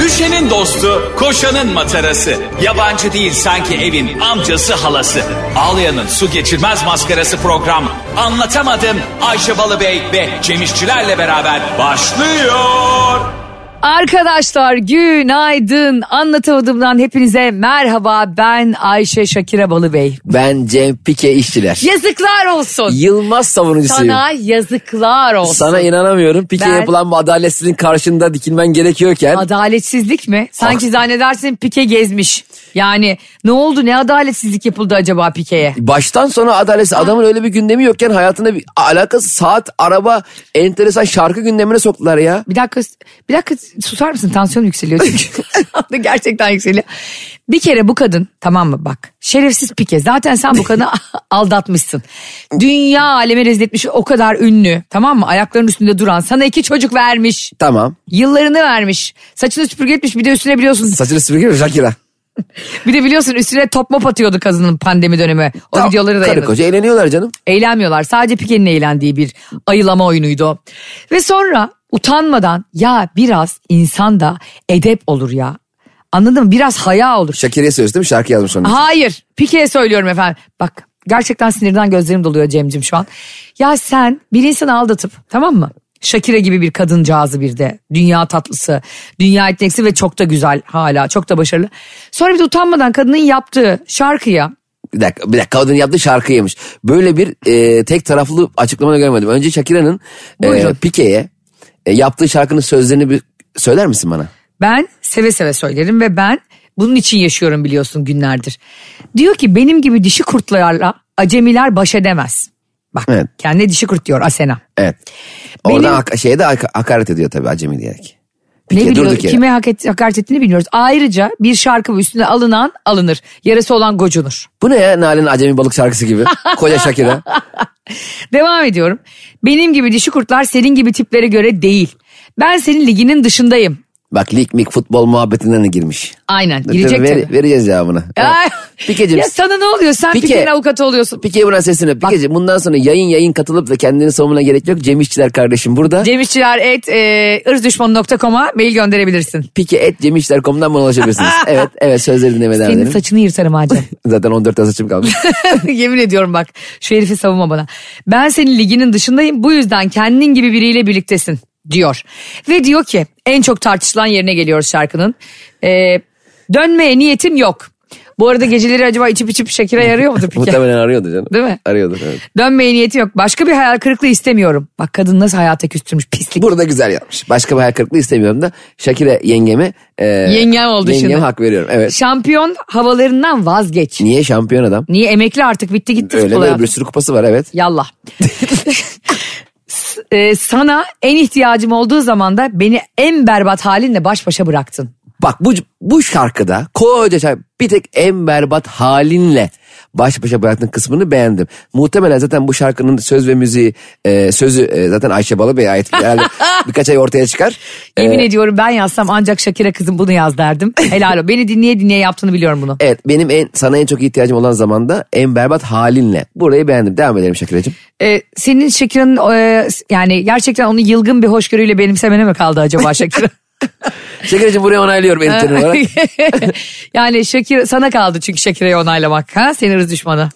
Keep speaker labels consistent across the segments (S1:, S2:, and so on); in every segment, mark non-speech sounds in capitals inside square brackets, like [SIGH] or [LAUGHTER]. S1: Düşenin dostu, koşanın matarası. Yabancı değil sanki evin amcası halası. Ağlayanın su geçirmez maskarası program. Anlatamadım Ayşe Balıbey ve Cemişçilerle beraber başlıyor.
S2: Arkadaşlar günaydın. Anlatamadığımdan hepinize merhaba. Ben Ayşe Şakira Balıbey.
S3: Ben Cem Pike işçiler.
S2: Yazıklar olsun.
S3: Yılmaz savunucusuyum.
S2: Sana yazıklar olsun.
S3: Sana inanamıyorum. Pike'ye
S2: Ben-
S3: yapılan bu adaletsizliğin karşında dikilmen gerekiyorken
S2: Adaletsizlik mi? Sanki zannedersin Pike gezmiş. Yani ne oldu ne adaletsizlik yapıldı acaba Pike'ye?
S3: baştan sona adaletsiz adamın öyle bir gündemi yokken hayatında bir alakası saat, araba, enteresan şarkı gündemine soktular ya.
S2: Bir dakika, bir dakika susar mısın? Tansiyon yükseliyor çünkü. [LAUGHS] Gerçekten yükseliyor. Bir kere bu kadın tamam mı bak şerefsiz pike zaten sen bu kadını [LAUGHS] aldatmışsın. Dünya aleme rezil etmiş o kadar ünlü tamam mı? Ayaklarının üstünde duran sana iki çocuk vermiş.
S3: Tamam.
S2: Yıllarını vermiş. Saçını süpürge etmiş bir de üstüne biliyorsun.
S3: Saçını süpürge mi Shakira?
S2: Bir de biliyorsun üstüne top mop atıyordu kazının pandemi dönemi. O
S3: Tamam.
S2: videoları da
S3: Karı
S2: yayınladı.
S3: koca eğleniyorlar canım.
S2: Eğlenmiyorlar. Sadece Pike'nin eğlendiği bir ayılama oyunuydu o. Ve sonra utanmadan ya biraz insan da edep olur ya. Anladın mı? Biraz haya olur.
S3: Shakira'ya söylüyorsun değil mi? Şarkı yazmış onun. için.
S2: Hayır. Pike'ye söylüyorum efendim. Bak gerçekten sinirden gözlerim doluyor Cem'cim şu an. Ya sen bir insanı aldatıp tamam mı? Shakira gibi bir kadıncağızı bir de. Dünya tatlısı, dünya yeteneksi ve çok da güzel hala, çok da başarılı. Sonra bir de utanmadan kadının yaptığı şarkıya
S3: Bir dakika, bir dakika kadın yaptığı şarkıymış. Böyle bir e, tek taraflı açıklamanı görmedim. Önce Shakira'nın
S2: Buyurun.
S3: e, Pike'ye e, yaptığı şarkının sözlerini bir söyler misin bana?
S2: Ben seve seve söylerim ve ben bunun için yaşıyorum biliyorsun günlerdir. Diyor ki benim gibi dişi kurtlarla acemiler baş edemez. Bak
S3: Evet.
S2: kendine dişi kurt diyor Asena.
S3: Evet. Oradan
S2: Benim-
S3: hak- şeye de hak- hakaret ediyor tabii acemi diyerek. Pike
S2: ne biliyor,
S3: durduk yere.
S2: kime hak et- hakaret ettiğini bilmiyoruz. Ayrıca bir şarkı bu, üstüne alınan alınır. Yarası olan gocunur.
S3: Bu ne ya Nalan'ın acemi balık
S2: [LAUGHS]
S3: şarkısı gibi. Koca Şakir'e.
S2: Devam ediyorum. Benim gibi dişi kurtlar senin gibi tiplere göre değil. Ben senin liginin dışındayım.
S3: Bak lig mik futbol muhabbetinden de girmiş.
S2: Aynen girecek
S3: Tabii ver-
S2: tabii.
S3: Vereceğiz cevabını.
S2: Ay,
S3: Evet. Pikeciğim.
S2: ya sana ne oluyor sen
S3: Pike-
S2: Pike'nin avukatı oluyorsun.
S3: Pike'ye buna sesleniyor. Pikeciğim bundan sonra yayın yayın katılıp da kendini savunmana gerek yok. Cem İşçiler kardeşim burada.
S2: Cem İşçiler et e, ırzdüşmanı.com'a mail gönderebilirsin.
S3: Pike et cemişler.com'dan bana
S2: [LAUGHS]
S3: ulaşabilirsiniz. evet evet sözleri dinlemeden
S2: Senin
S3: edelim.
S2: saçını yırtarım
S3: [LAUGHS]
S2: Hacı.
S3: Zaten 14 tane saçım kalmış.
S2: [LAUGHS] Yemin ediyorum bak şu herifi savunma bana. Ben senin liginin dışındayım bu yüzden kendin gibi biriyle birliktesin diyor. Ve diyor ki en çok tartışılan yerine geliyoruz şarkının. Ee, dönmeye niyetim yok. Bu arada geceleri acaba içip içip
S3: [LAUGHS]
S2: Şakir'e yarıyor mudur peki?
S3: Muhtemelen arıyordu canım.
S2: Değil mi?
S3: Arıyordu evet.
S2: Dönmeye niyetim yok. Başka bir hayal kırıklığı istemiyorum. Bak kadın nasıl hayata küstürmüş pislik.
S3: Burada güzel yapmış. Başka bir hayal kırıklığı istemiyorum da Şakir'e yengeme e,
S2: Yengem oldu
S3: yengeme
S2: şimdi.
S3: hak veriyorum. Evet.
S2: Şampiyon havalarından vazgeç.
S3: Niye şampiyon adam?
S2: Niye emekli artık bitti gitti
S3: Öyle
S2: futbol
S3: böyle
S2: hayatı.
S3: bir sürü kupası var evet.
S2: Yallah. [LAUGHS] S- e, sana en ihtiyacım olduğu zaman da beni en berbat halinle baş başa bıraktın.
S3: Bak bu bu şarkıda koca şarkı bir tek en berbat halinle baş başa bıraktığın kısmını beğendim. Muhtemelen zaten bu şarkının söz ve müziği e, sözü e, zaten Ayşe Balıbey'e
S2: [LAUGHS]
S3: ait herhalde birkaç ay ortaya çıkar. E,
S2: Yemin ediyorum ben yazsam ancak Şakir'e kızım bunu yaz
S3: [LAUGHS]
S2: derdim. Helal o. Beni dinleye dinleye yaptığını biliyorum bunu.
S3: evet benim en sana en çok ihtiyacım olan zamanda en berbat halinle. Burayı beğendim. Devam edelim Şakir'cim.
S2: E, senin Şakir'in e, yani gerçekten onu yılgın bir hoşgörüyle benimsemene mi kaldı acaba
S3: [LAUGHS]
S2: Şakir?
S3: Şakir'cim
S2: [LAUGHS]
S3: burayı onaylıyorum editörün olarak.
S2: yani Şakir sana kaldı çünkü Şakir'e onaylamak. Ha? Senin hırs
S3: [LAUGHS]
S2: düşmanı.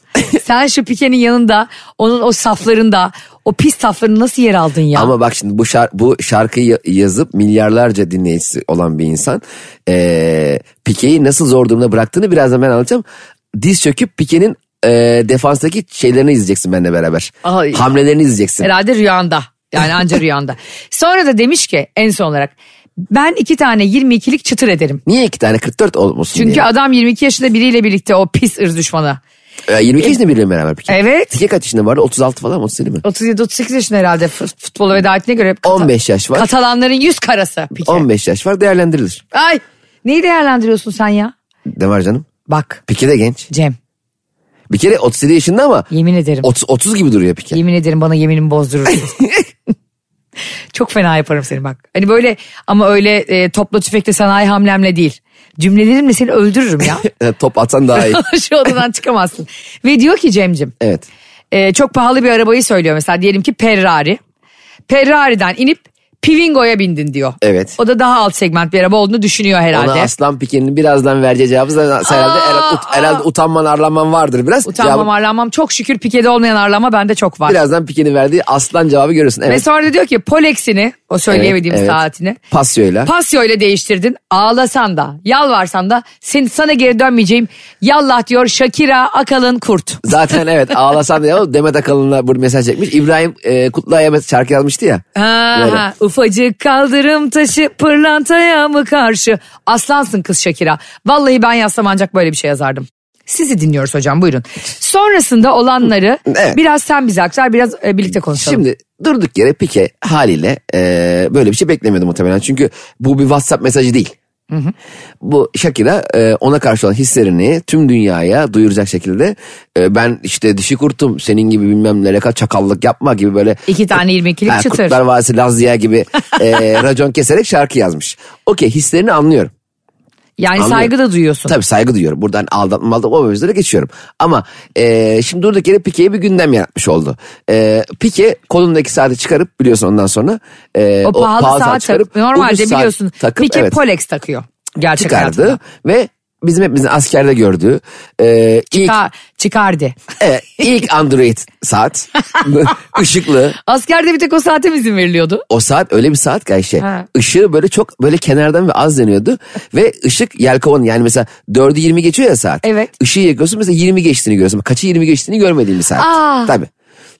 S2: Sen şu pikenin yanında onun o saflarında o pis saflarını nasıl yer aldın ya?
S3: Ama bak şimdi bu şar- bu şarkıyı ya- yazıp milyarlarca dinleyicisi olan bir insan eee Pike'yi nasıl zor durumda bıraktığını birazdan ben anlatacağım. Diz çöküp Pike'nin eee, defanstaki şeylerini izleyeceksin benimle beraber.
S2: Ay.
S3: Hamlelerini izleyeceksin.
S2: Herhalde rüyanda. Yani anca rüyanda. Sonra da demiş ki en son olarak ben iki tane 22'lik çıtır ederim.
S3: Niye iki tane 44 olmasın
S2: Çünkü
S3: diye.
S2: adam 22 yaşında biriyle birlikte o pis ırz düşmanı.
S3: Ee, 22 yaşında biriyle beraber Pike.
S2: e- Evet.
S3: Pike kaç yaşında vardı? 36 falan mı? 37 mi?
S2: 37-38 yaşında herhalde fut- futbola veda ettiğine göre. Kata-
S3: 15 yaş var.
S2: Katalanların yüz karası. Pike.
S3: 15 yaş var değerlendirilir.
S2: Ay neyi değerlendiriyorsun sen ya?
S3: Demar canım.
S2: Bak
S3: Pike de genç.
S2: Cem
S3: Bir kere 37 yaşında ama
S2: yemin ederim.
S3: 30, 30 gibi duruyor Pike.
S2: Yemin ederim bana yeminimi bozdurursun. Çok fena yaparım seni bak. Hani böyle ama öyle e, topla tüfekle sanayi hamlemle değil. Cümlelerimle seni öldürürüm ya.
S3: E, Top atsan
S2: [LAUGHS]
S3: daha iyi.
S2: Şu odadan çıkamazsın. Ve diyor ki Cem'cim
S3: Evet.
S2: e, çok pahalı bir arabayı söylüyor mesela diyelim ki Ferrari. Ferrari'den inip Pivingo'ya bindin diyor.
S3: Evet.
S2: O da daha alt segment bir araba olduğunu düşünüyor herhalde.
S3: Ona aslan pikinin birazdan vereceği cevabı da sen herhalde,
S2: Aa,
S3: herhalde, ut-
S2: aa.
S3: herhalde utanman arlanman vardır biraz.
S2: Utanmam
S3: Cevabı-
S2: arlanmam çok şükür pikede olmayan arlama bende çok var.
S3: Birazdan pikinin verdiği aslan cevabı görürsün. Evet.
S2: Ve sonra da diyor ki Polex'ini o söyleyemediğim
S3: Evet, evet.
S2: saatini
S3: Pasyoyla.
S2: Pasyo ile değiştirdin ağlasan da yalvarsan da sen, sana geri dönmeyeceğim yallah diyor Shakira Akalın Kurt.
S3: Zaten evet ağlasan diye ama Demet Akalın'la bu mesaj çekmiş. İbrahim e, Kutluay'a mes- şarkı yazmıştı ya.
S2: Ha,
S3: Böyle.
S2: ha, ufacık kaldırım taşı pırlantaya mı karşı? Aslansın kız Şakira. Vallahi ben yazsam ancak böyle bir şey yazardım. Sizi dinliyoruz hocam buyurun. Sonrasında olanları
S3: Evet.
S2: biraz sen bize aktar biraz e, birlikte konuşalım.
S3: Şimdi durduk yere Pike haliyle e, böyle bir şey beklemiyordu muhtemelen. Çünkü bu bir WhatsApp mesajı değil. Bu Shakira e, ona karşı olan hislerini tüm dünyaya duyuracak şekilde e, ben işte dişi kurtum senin gibi bilmem ne kadar çakallık yapma gibi böyle
S2: İki tane 22'lik
S3: Ha,
S2: çıtır.
S3: Kurtlar Vadisi Laz
S2: [LAUGHS]
S3: Ziya gibi e, racon keserek şarkı yazmış. Okey hislerini anlıyorum.
S2: yani
S3: Anlıyorum.
S2: saygı da duyuyorsun.
S3: Tabii saygı duyuyorum. Buradan aldatma aldatma o mevzulara geçiyorum. Ama e, şimdi durduk yere Pike'ye bir gündem yaratmış oldu. E, Pike kolundaki saati çıkarıp biliyorsun ondan sonra. e,
S2: o pahalı, saat, tak-
S3: ucuz
S2: normalde
S3: saat
S2: biliyorsun.
S3: Takıp,
S2: Pike
S3: evet,
S2: Polex takıyor. Gerçek
S3: çıkardı
S2: hayatında.
S3: ve bizim hepimizin askerde gördüğü e, ilk,
S2: Ha, çıkardı.
S3: e, ilk Android
S2: [LAUGHS]
S3: saat ışıklı
S2: Askerde bir tek o saate mi izin veriliyordu?
S3: o saat öyle bir saat ki Ayşe.
S2: Ha.
S3: Işığı böyle çok böyle kenardan ve
S2: [LAUGHS]
S3: az deniyordu. ve ışık yelkovan yani mesela 4'ü 20 geçiyor ya saat.
S2: Evet.
S3: Işığı yakıyorsun mesela 20 geçtiğini görüyorsun. Kaçı 20 geçtiğini görmediğin bir saat.
S2: Aa.
S3: Tabii.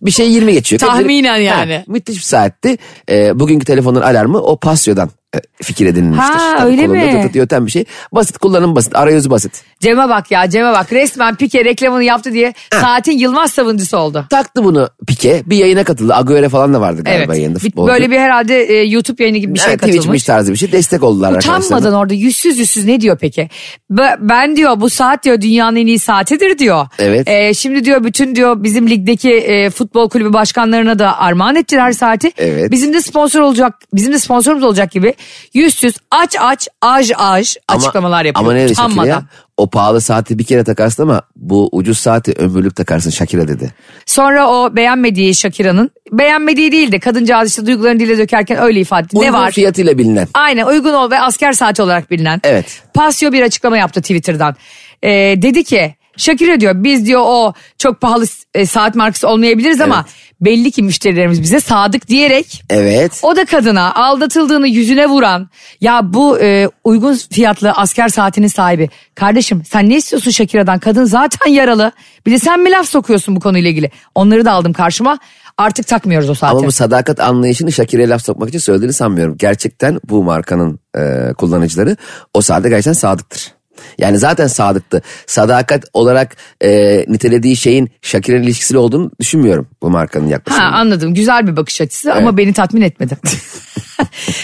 S3: Bir şey 20 geçiyor.
S2: Ah. Tahminen
S3: Ha,
S2: yani.
S3: müthiş bir saatti. Ee, bugünkü telefonun alarmı o pasyodan e, fikir edinilmiştir.
S2: Ha,
S3: Tabii
S2: öyle
S3: kolunda
S2: mi?
S3: tı tı tı yöten bir şey. Basit kullanım basit. Arayüzü basit.
S2: Cem'e bak ya Cem'e bak. Resmen Pike reklamını yaptı diye saatin Yılmaz savunucusu oldu.
S3: Taktı bunu Pike. Bir yayına katıldı. Agüero falan da vardı galiba
S2: Evet.
S3: yayında.
S2: Bir-
S3: futbolcu.
S2: Böyle bir herhalde e, YouTube yayını gibi bir şey
S3: Evet, Twitch
S2: katılmış.
S3: Twitch tarzı bir şey. Destek oldular arkadaşlarına.
S2: Utanmadan orada yüzsüz yüzsüz ne diyor peki? Be- Ben diyor bu saat diyor dünyanın en iyi saatidir diyor.
S3: Evet.
S2: E, şimdi diyor bütün diyor bizim ligdeki e, futbol kulübü başkanlarına da armağan ettiler saati.
S3: Evet.
S2: Bizim de sponsor olacak, bizim de sponsorumuz olacak gibi yüzsüz aç aç aj aj açıklamalar yapıyor.
S3: Ama ne dedi Shakira
S2: Utanmadan.
S3: ya? O pahalı saati bir kere takarsın ama bu ucuz saati ömürlük takarsın Shakira dedi.
S2: Sonra o beğenmediği Shakira'nın beğenmediği değil de kadıncağız işte duygularını dile dökerken öyle ifade etti. Ne
S3: Uygun
S2: var?
S3: fiyatıyla bilinen.
S2: Aynen uygun ol ve asker saati olarak bilinen.
S3: Evet.
S2: Pasyo bir açıklama yaptı Twitter'dan. Ee, dedi ki Shakira diyor biz diyor o çok pahalı e, saat markası olmayabiliriz ama belli ki müşterilerimiz bize sadık diyerek
S3: Evet.
S2: o da kadına aldatıldığını yüzüne vuran ya bu e, uygun fiyatlı asker saatinin sahibi. Kardeşim sen ne istiyorsun Shakira'dan kadın zaten yaralı bir de sen mi laf sokuyorsun bu konuyla ilgili onları da aldım karşıma artık takmıyoruz o saati.
S3: Ama bu sadakat anlayışını Shakira'ya laf sokmak için söylediğini sanmıyorum. Gerçekten bu markanın e, kullanıcıları o saate gerçekten sadıktır. Yani zaten sadıktı. Sadakat olarak e, nitelediği şeyin Shakira'nın ilişkisiyle olduğunu düşünmüyorum bu markanın
S2: Ha,
S3: yaklaşımında.
S2: anladım güzel bir bakış açısı ama
S3: Evet.
S2: beni tatmin
S3: [LAUGHS]
S2: etmedi.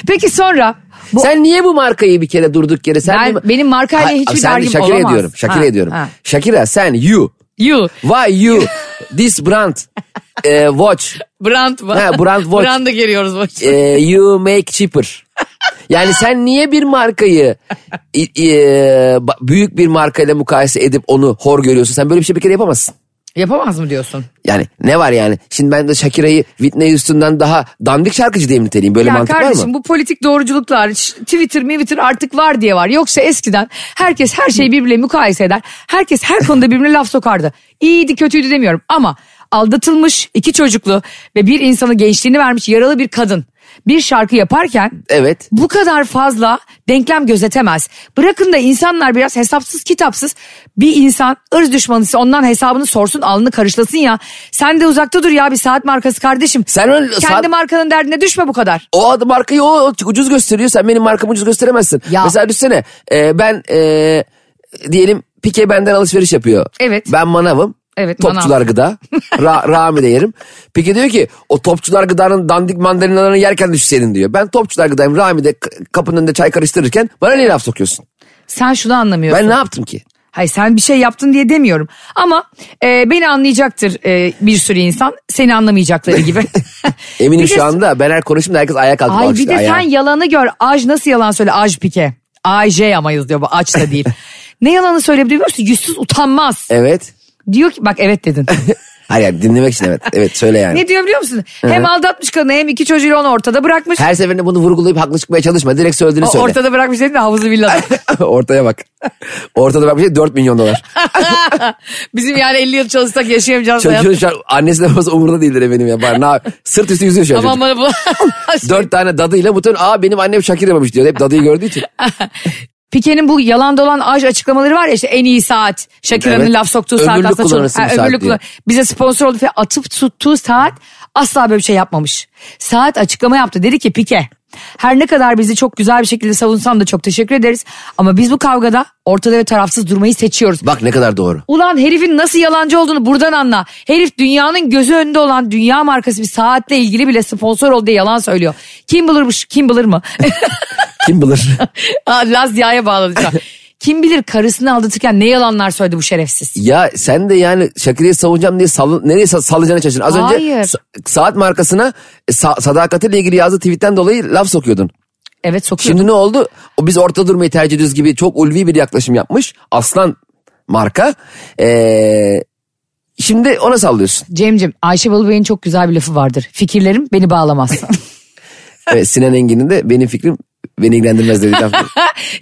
S2: Peki sonra bu
S3: Sen niye bu markayı bir kere durduk yere? Sen
S2: Ben-
S3: de-
S2: benim markayla
S3: Ha-
S2: hiçbir
S3: sen de
S2: dergim
S3: Shakira'ya
S2: olamaz.
S3: diyorum. Shakira'ya
S2: Ha,
S3: diyorum.
S2: ha.
S3: Shakira sen you.
S2: you
S3: Why you? This brand.
S2: [LAUGHS]
S3: eh, watch.
S2: brand mı? [LAUGHS]
S3: Ha, brand watch.
S2: Brand'a giriyoruz watch.
S3: eh, you make cheaper. Yani sen niye bir markayı i- i- eh, ba- büyük bir markayla mukayese edip onu hor görüyorsun? Sen böyle bir şey bir kere yapamazsın.
S2: Yapamaz mı diyorsun?
S3: Yani ne var yani? Şimdi ben de Shakira'yı Whitney Houston'dan daha dandik şarkıcı diye mi niteleyeyim? Böyle
S2: Ya
S3: mantık var mı?
S2: kardeşim bu politik doğruculuklar ş- Twitter Twitter artık var diye var. Yoksa eskiden herkes her şeyi birbirle mukayese eder. Herkes her konuda birbirine laf sokardı. İyiydi kötüydü demiyorum ama aldatılmış iki çocuklu ve bir insanı gençliğini vermiş yaralı bir kadın bir şarkı yaparken
S3: Evet.
S2: bu kadar fazla denklem gözetemez. Bırakın da insanlar biraz hesapsız kitapsız bir insan ırz düşmanısı ondan hesabını sorsun alnını karışlasın ya. Sen de uzakta dur ya bir saat markası kardeşim.
S3: Sen öyle-
S2: Kendi
S3: saat-
S2: markanın derdine düşme bu kadar.
S3: O adı markayı o ucuz gösteriyor. Sen benim markamı ucuz gösteremezsin.
S2: Ya.
S3: Mesela düşsene e, ben e, diyelim Pike benden alışveriş yapıyor.
S2: Evet.
S3: Ben manavım.
S2: Evet,
S3: Topçular
S2: manav. [LAUGHS]
S3: gıda. Ra, rami de yerim. Pike diyor ki o topçular gıdanın dandik mandalinalarını yerken düş senin diyor. Ben topçular gıdayım. Rami de k- kapının önünde çay karıştırırken bana niye laf sokuyorsun?
S2: Sen şunu anlamıyorsun.
S3: Ben ne yaptım ki?
S2: Hayır sen bir şey yaptın diye demiyorum. Ama e, beni anlayacaktır e, bir sürü insan. Seni anlamayacakları
S3: [LAUGHS]
S2: gibi. [LAUGHS]
S3: Eminim
S2: Bir de-
S3: şu anda ben her konuşumda herkes ayağa kalkıp
S2: Ay bir
S3: alkışlıyor,
S2: de
S3: ayağa.
S2: sen yalanı gör. Aj nasıl yalan söyle Aj Pike. AJ ama yazıyor bu aç da
S3: [LAUGHS]
S2: değil. ne yalanı söyleyebiliyor musun? Yüzsüz utanmaz.
S3: Evet. [LAUGHS]
S2: Diyor ki bak evet dedin.
S3: Hayır yani dinlemek için evet. Evet söyle yani.
S2: Ne diyor biliyor musun? Hem aldatmış kadını hem iki çocuğuyla onu ortada bırakmış.
S3: Her seferinde bunu vurgulayıp haklı çıkmaya çalışma. Direkt söylediğini
S2: O
S3: söyle.
S2: ortada bırakmış dedim de havuzu
S3: [LAUGHS]
S2: villada.
S3: Ortaya bak. Ortada bak bir şey 4 milyon dolar.
S2: Bizim yani 50 yıl çalışsak yaşayamayacağız hayat.
S3: Çocuğun şu an annesi de babası umurunda değildir eminim ya. Bari ne yap- Sırt üstü yüzüyor şu an
S2: Aman
S3: çocuk.
S2: bana bu.
S3: [LAUGHS] Dört tane dadıyla bütün aa benim annem Şakir yapmış diyor. Hep dadıyı gördüğü için.
S2: Pike'nin bu yalan dolan ağaç açıklamaları var ya işte en iyi saat. Şakira'nın
S3: Evet.
S2: laf soktuğu saat
S3: Ömürlük
S2: aslında çok.
S3: kullanırsın bu saat
S2: ömürlük
S3: diyor.
S2: kullan- Bize sponsor oldu falan. Atıp tuttuğu saat asla böyle bir şey yapmamış. Saat açıklama yaptı. Dedi ki Pike her ne kadar bizi çok güzel bir şekilde savunsan da çok teşekkür ederiz. Ama biz bu kavgada ortada ve tarafsız durmayı seçiyoruz.
S3: Bak ne kadar doğru.
S2: Ulan herifin nasıl yalancı olduğunu buradan anla. Herif dünyanın gözü önünde olan dünya markası bir saatle ilgili bile sponsor oldu diye yalan söylüyor. Kim bulurmuş kim bilir mı?
S3: Kim bilir?
S2: [LAUGHS] Aa, Laz Ziya'ya bağladı şu an. Kim bilir karısını aldatırken ne yalanlar söyledi bu şerefsiz.
S3: ya sen de yani Şakir'i savunacağım diye sal, nereye sa- sallayacağını şaşırdın. Az
S2: Hayır.
S3: önce sa- saat markasına e, sa- sadakatiyle ilgili yazdığı tweetten dolayı laf sokuyordun.
S2: Evet sokuyor.
S3: Şimdi ne oldu? O biz orta durmayı tercih ediyoruz gibi çok ulvi bir yaklaşım yapmış. Aslan marka. Ee, şimdi ona sallıyorsun.
S2: Cem'cim Ayşe Balıbey'in çok güzel bir lafı vardır. Fikirlerim beni bağlamaz. [LAUGHS]
S3: Evet, Sinan Engin'in de benim fikrim beni ilgilendirmez dedi.
S2: [LAUGHS]
S3: laf.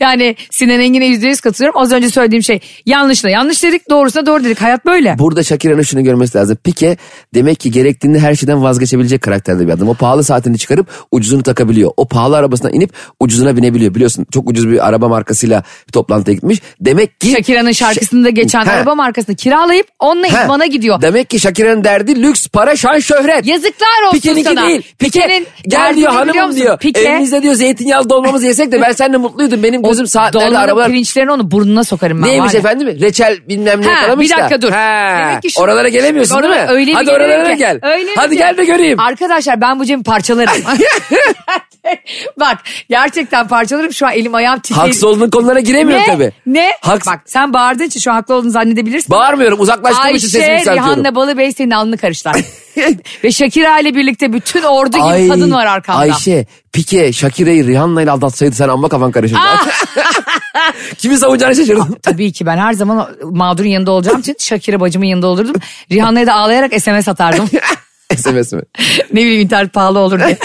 S2: yani Sinan Engin'e yüzde yüz katılıyorum. Az önce söylediğim şey yanlışla yanlış dedik doğrusuna doğru dedik. Hayat böyle.
S3: Burada Shakira'nın şunu görmesi lazım. Pike demek ki gerektiğinde her şeyden vazgeçebilecek karakterde bir adam. O pahalı saatini çıkarıp ucuzunu takabiliyor. O pahalı arabasına inip ucuzuna binebiliyor. Biliyorsun çok ucuz bir araba markasıyla bir toplantıya gitmiş. Demek ki...
S2: Shakira'nın şarkısında geçen
S3: Ha,
S2: araba markasını kiralayıp onunla
S3: ha.
S2: idmana gidiyor.
S3: Demek ki Shakira'nın derdi lüks, para, şan, şöhret.
S2: Yazıklar olsun
S3: Pike'ninki
S2: sana.
S3: değil. Pike,
S2: Pike'nin
S3: gel
S2: derdini
S3: diyor
S2: biliyor
S3: hanımım
S2: musun?
S3: diyor.
S2: Pike-
S3: Evimizde diyor zeytinyağlı dolmamızı yesek de ben seninle mutluydum. Benim gözüm saatlerde
S2: Dolmanın
S3: arabalar.
S2: pirinçlerini onu burnuna sokarım ben.
S3: Neymiş
S2: var ya.
S3: efendim? Reçel bilmem ne
S2: Ha,
S3: yakalamış
S2: bir dakika
S3: da.
S2: dur.
S3: Ha,
S2: Demek ki şu-
S3: Oralara gelemiyorsun değil mi?
S2: Oralara- Öyle bir
S3: Hadi
S2: gelirim
S3: oralara
S2: ki.
S3: gel.
S2: Öyle bir
S3: Hadi
S2: gel-
S3: gel de göreyim.
S2: Arkadaşlar ben bu Cem'i parçalarım.
S3: [LAUGHS]
S2: [LAUGHS] Bak gerçekten parçalarım şu an elim ayağım titriyor.
S3: Haksız olduğun konulara giremiyorum
S2: ne?
S3: tabii.
S2: Ne?
S3: Haks-
S2: Bak sen bağırdığın için şu an haklı olduğunu zannedebilirsin.
S3: Bağırmıyorum uzaklaştığım için sesimi
S2: Ayşe,
S3: şey yükseltiyorum.
S2: Rihanna, [LAUGHS] Balıbey senin alnını
S3: [LAUGHS]
S2: karışlar. Ve Şakira ile birlikte bütün ordu gibi
S3: Ay,
S2: kadın var arkamda.
S3: Ayşe, Pike, Şakira'yı Rihanna ile aldatsaydı sen amma kafan karışırdı. [LAUGHS] Kimi
S2: [LAUGHS]
S3: savunacağını şaşırdın.
S2: Tabii ki ben her zaman mağdurun yanında olacağım için Şakira bacımın yanında olurdum. Rihanna'ya da ağlayarak SMS
S3: [LAUGHS]
S2: atardım.
S3: SMS mi?
S2: ne bileyim internet pahalı olur
S3: [LAUGHS]
S2: diye.